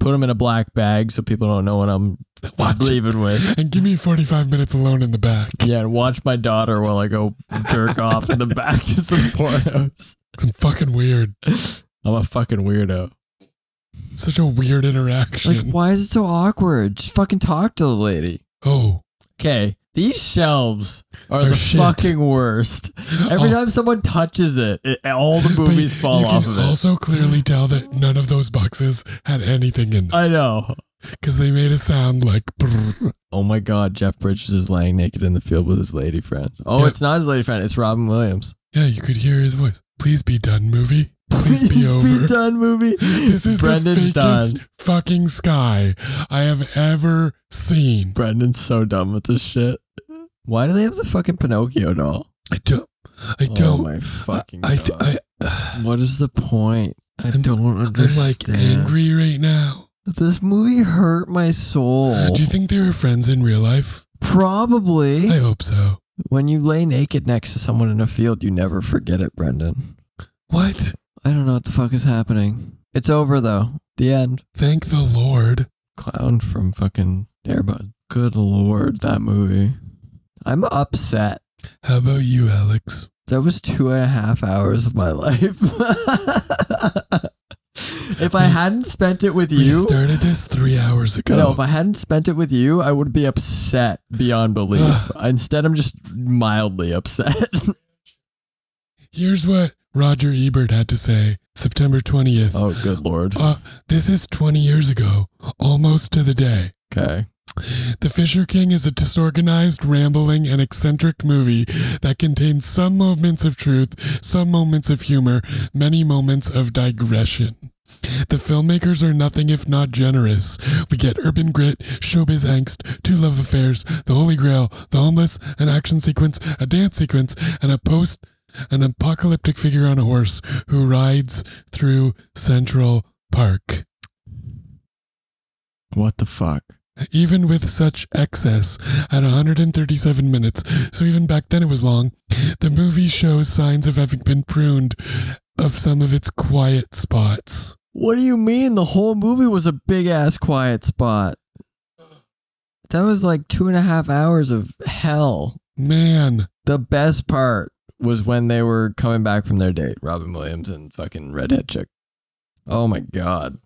S1: Put them in a black bag so people don't know what I'm
S2: Watch it.
S1: leaving with.
S2: And give me 45 minutes alone in the back.
S1: Yeah, and watch my daughter while I go jerk off in the back to some pornos.
S2: It's fucking weird.
S1: I'm a fucking weirdo.
S2: Such a weird
S1: Like,
S2: interaction.
S1: why is it so awkward? Just fucking talk to the lady.
S2: oh,
S1: Okay, These shelves are
S2: They're
S1: the
S2: shit.
S1: fucking worst. Every
S2: Oh.
S1: time someone touches it, it all the
S2: But
S1: boobies fall
S2: you
S1: off
S2: can
S1: of it.
S2: also clearly tell that none of those boxes had anything in them
S1: I know.
S2: because they made a sound like brrr.
S1: Oh my god, Jeff Bridges is lying naked in the field with his lady friend. Oh,
S2: Yeah.
S1: it's not his lady friend, it's Robin Williams.
S2: yeah you could hear his voice please be done movie please, be over
S1: done movie.
S2: this is
S1: Brendan's
S2: the
S1: done.
S2: fakest fucking sky I have ever seen
S1: Brendan's so dumb with this shit. Why do they have the fucking Pinocchio doll?
S2: I don't I
S1: Oh
S2: don't
S1: my fucking
S2: I,
S1: god.
S2: I,
S1: what is the point? I
S2: I'm-
S1: don't
S2: I'm
S1: understand.
S2: like angry right now
S1: This movie hurt my soul.
S2: do you think they were friends in real life
S1: Probably.
S2: I hope so
S1: When you lay naked next to someone in a field, you never forget it, Brendan.
S2: what
S1: I don't know what the fuck is happening. It's over though. The end.
S2: thank the Lord
S1: Clown from fucking Airbud. Good lord, that movie. I'm upset.
S2: how about you Alex
S1: That was two and a half hours of my life. if I hadn't spent it with
S2: we
S1: you,
S2: started this three hours ago
S1: no, if I hadn't spent it with you, I would be upset beyond belief. Instead, I'm just mildly upset.
S2: Here's what Roger Ebert had to say September 20th.
S1: oh, good lord.
S2: Uh, this is 20 years ago, almost to the day.
S1: Okay.
S2: The Fisher King is a disorganized, rambling, and eccentric movie that contains some moments of truth, some moments of humor, many moments of digression. The filmmakers are nothing if not generous. We get urban grit, showbiz angst, two love affairs, the Holy Grail, the homeless, an action sequence, a dance sequence, and a post an apocalyptic figure on a horse who rides through Central Park.
S1: What the fuck?
S2: even with such excess at 137 minutes so even back then it was long the movie shows signs of having been pruned of some of its quiet spots
S1: What do you mean? The whole movie was a big ass quiet spot. That was like two and a half hours of hell.
S2: man
S1: The best part was when they were coming back from their date, Robin Williams and fucking redhead chick. Oh my god,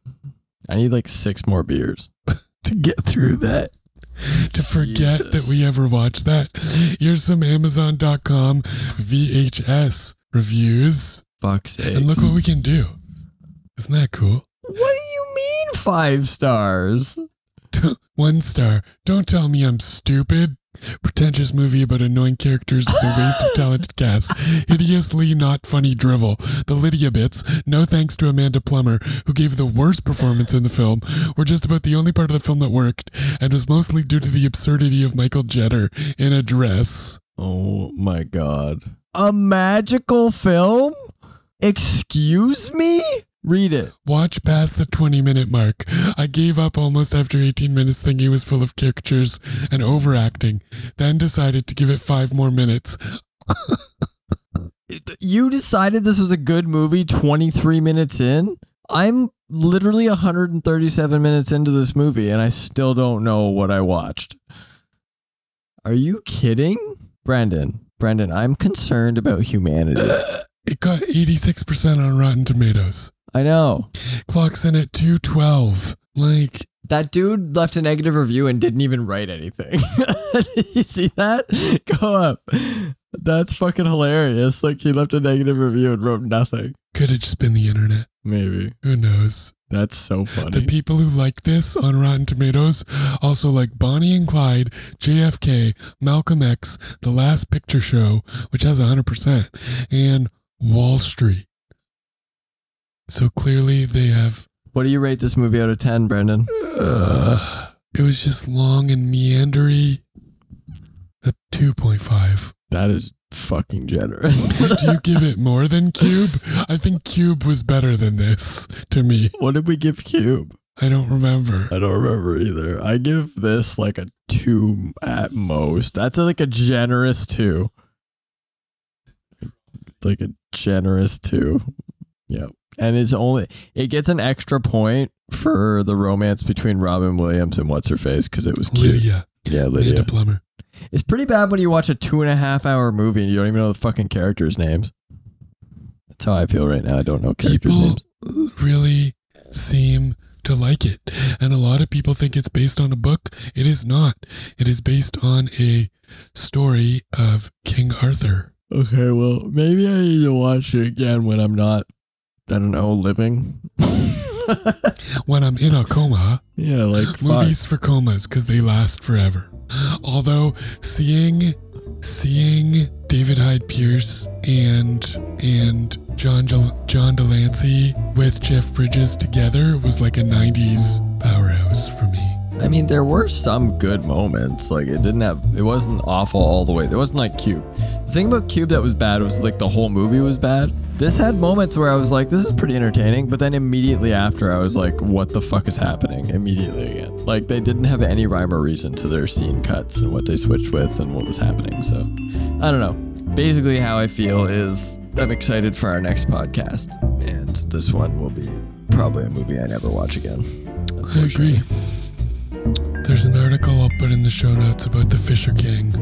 S1: I need like six more beers.
S3: to get through that.
S2: to forget
S1: Jesus.
S2: that we ever watched that here's some amazon.com vhs reviews
S1: Fuck's sake!
S2: and look what we can do isn't that cool
S1: what do you mean five stars?
S2: one star don't tell me i'm stupid pretentious movie about annoying characters is a waste of talented cast hideously not funny drivel the lydia bits no thanks to amanda plummer who gave the worst performance in the film were just about the only part of the film that worked and was mostly due to the absurdity of michael jetter in a dress
S1: Oh my god, a magical film? Excuse me? Read it.
S2: Watch past the 20 minute mark. I gave up almost after 18 minutes thinking it was full of caricatures and overacting, then decided to give it five more minutes.
S1: you decided this was a good movie 23 minutes in i'm literally 137 minutes into this movie and i still don't know what i watched are you kidding brandon brandon i'm concerned about humanity
S2: It got 86% on Rotten Tomatoes.
S1: i know
S2: Clocks in at 212. Like,
S1: that dude left a negative review and didn't even write anything Did you see that go up that's fucking hilarious like he left a negative review and wrote nothing
S2: could have just been the internet.
S1: maybe
S2: Who knows?
S1: that's so funny
S2: The people who like this on Rotten Tomatoes also like Bonnie and Clyde, JFK, Malcolm X, The Last Picture Show, which has 100%, and Wall Street. So clearly they have.
S1: what do you rate this movie out of 10 brendan
S2: Uh, it was just long and meandery. A 2.5.
S1: That is fucking generous.
S2: Do you give it more than Cube? I think Cube was better than this to me.
S1: what did we give Cube?
S2: I don't remember.
S1: I don't remember either. I give this like a two at most. That's like a generous two. It's like a generous two. Yep. And it's only it gets an extra point for the romance between Robin Williams and what's her face because it was cute.
S2: Lydia,
S1: Yeah,
S2: Lydia
S1: Lydia.
S2: Plummer.
S1: It's pretty bad when you watch a two and a half hour movie and you don't even know the fucking characters' names. That's how I feel right now. I don't know characters'
S2: People
S1: names.
S2: really seem to like it. And a lot of people think it's based on a book. It is not. It is based on a story of King Arthur.
S1: Okay, well, maybe I need to watch it again when I'm not, I don't know, living.
S2: When I'm in a coma,
S1: yeah, like
S2: movies for comas because they last forever. Although seeing seeing David Hyde Pierce and and John Del- John Delancey with Jeff Bridges together was like a '90s powerhouse for me.
S1: Fuck. I mean, there were some good moments. Like it didn't have, it wasn't awful all the way. It wasn't like Cube. The thing about Cube that was bad was like the whole movie was bad. This had moments where I was like, this is pretty entertaining, but then immediately after, I was like, what the fuck is happening? Immediately again. Like, they didn't have any rhyme or reason to their scene cuts and what they switched with and what was happening. So, I don't know. Basically, how I feel is I'm excited for our next podcast, and this one will be probably a movie I never watch again.
S2: I agree. There's an article I'll put in the show notes about the Fisher King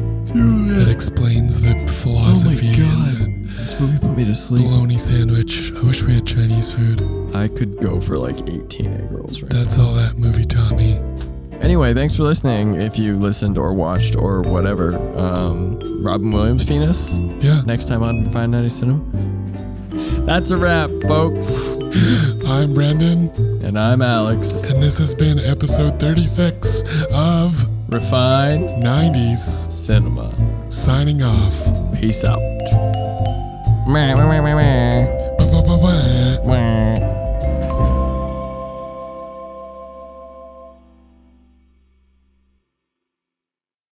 S2: that explains the philosophy and
S1: This movie put me to
S2: the
S1: sleep.
S2: bologna sandwich. I wish we had Chinese food.
S1: I could go for like 18 egg rolls right
S2: That's all that movie taught me.
S1: Anyway, thanks for listening. If you listened or watched or whatever, um, Robin Williams penis.
S2: Yeah,
S1: Next time on Fine Nighty Cinema. That's a wrap, folks.
S2: I'm Brandon,
S1: And I'm Alex.
S2: and this has been episode 36 of
S1: Refined
S2: 90s
S1: Cinema.
S2: signing off.
S1: Peace out.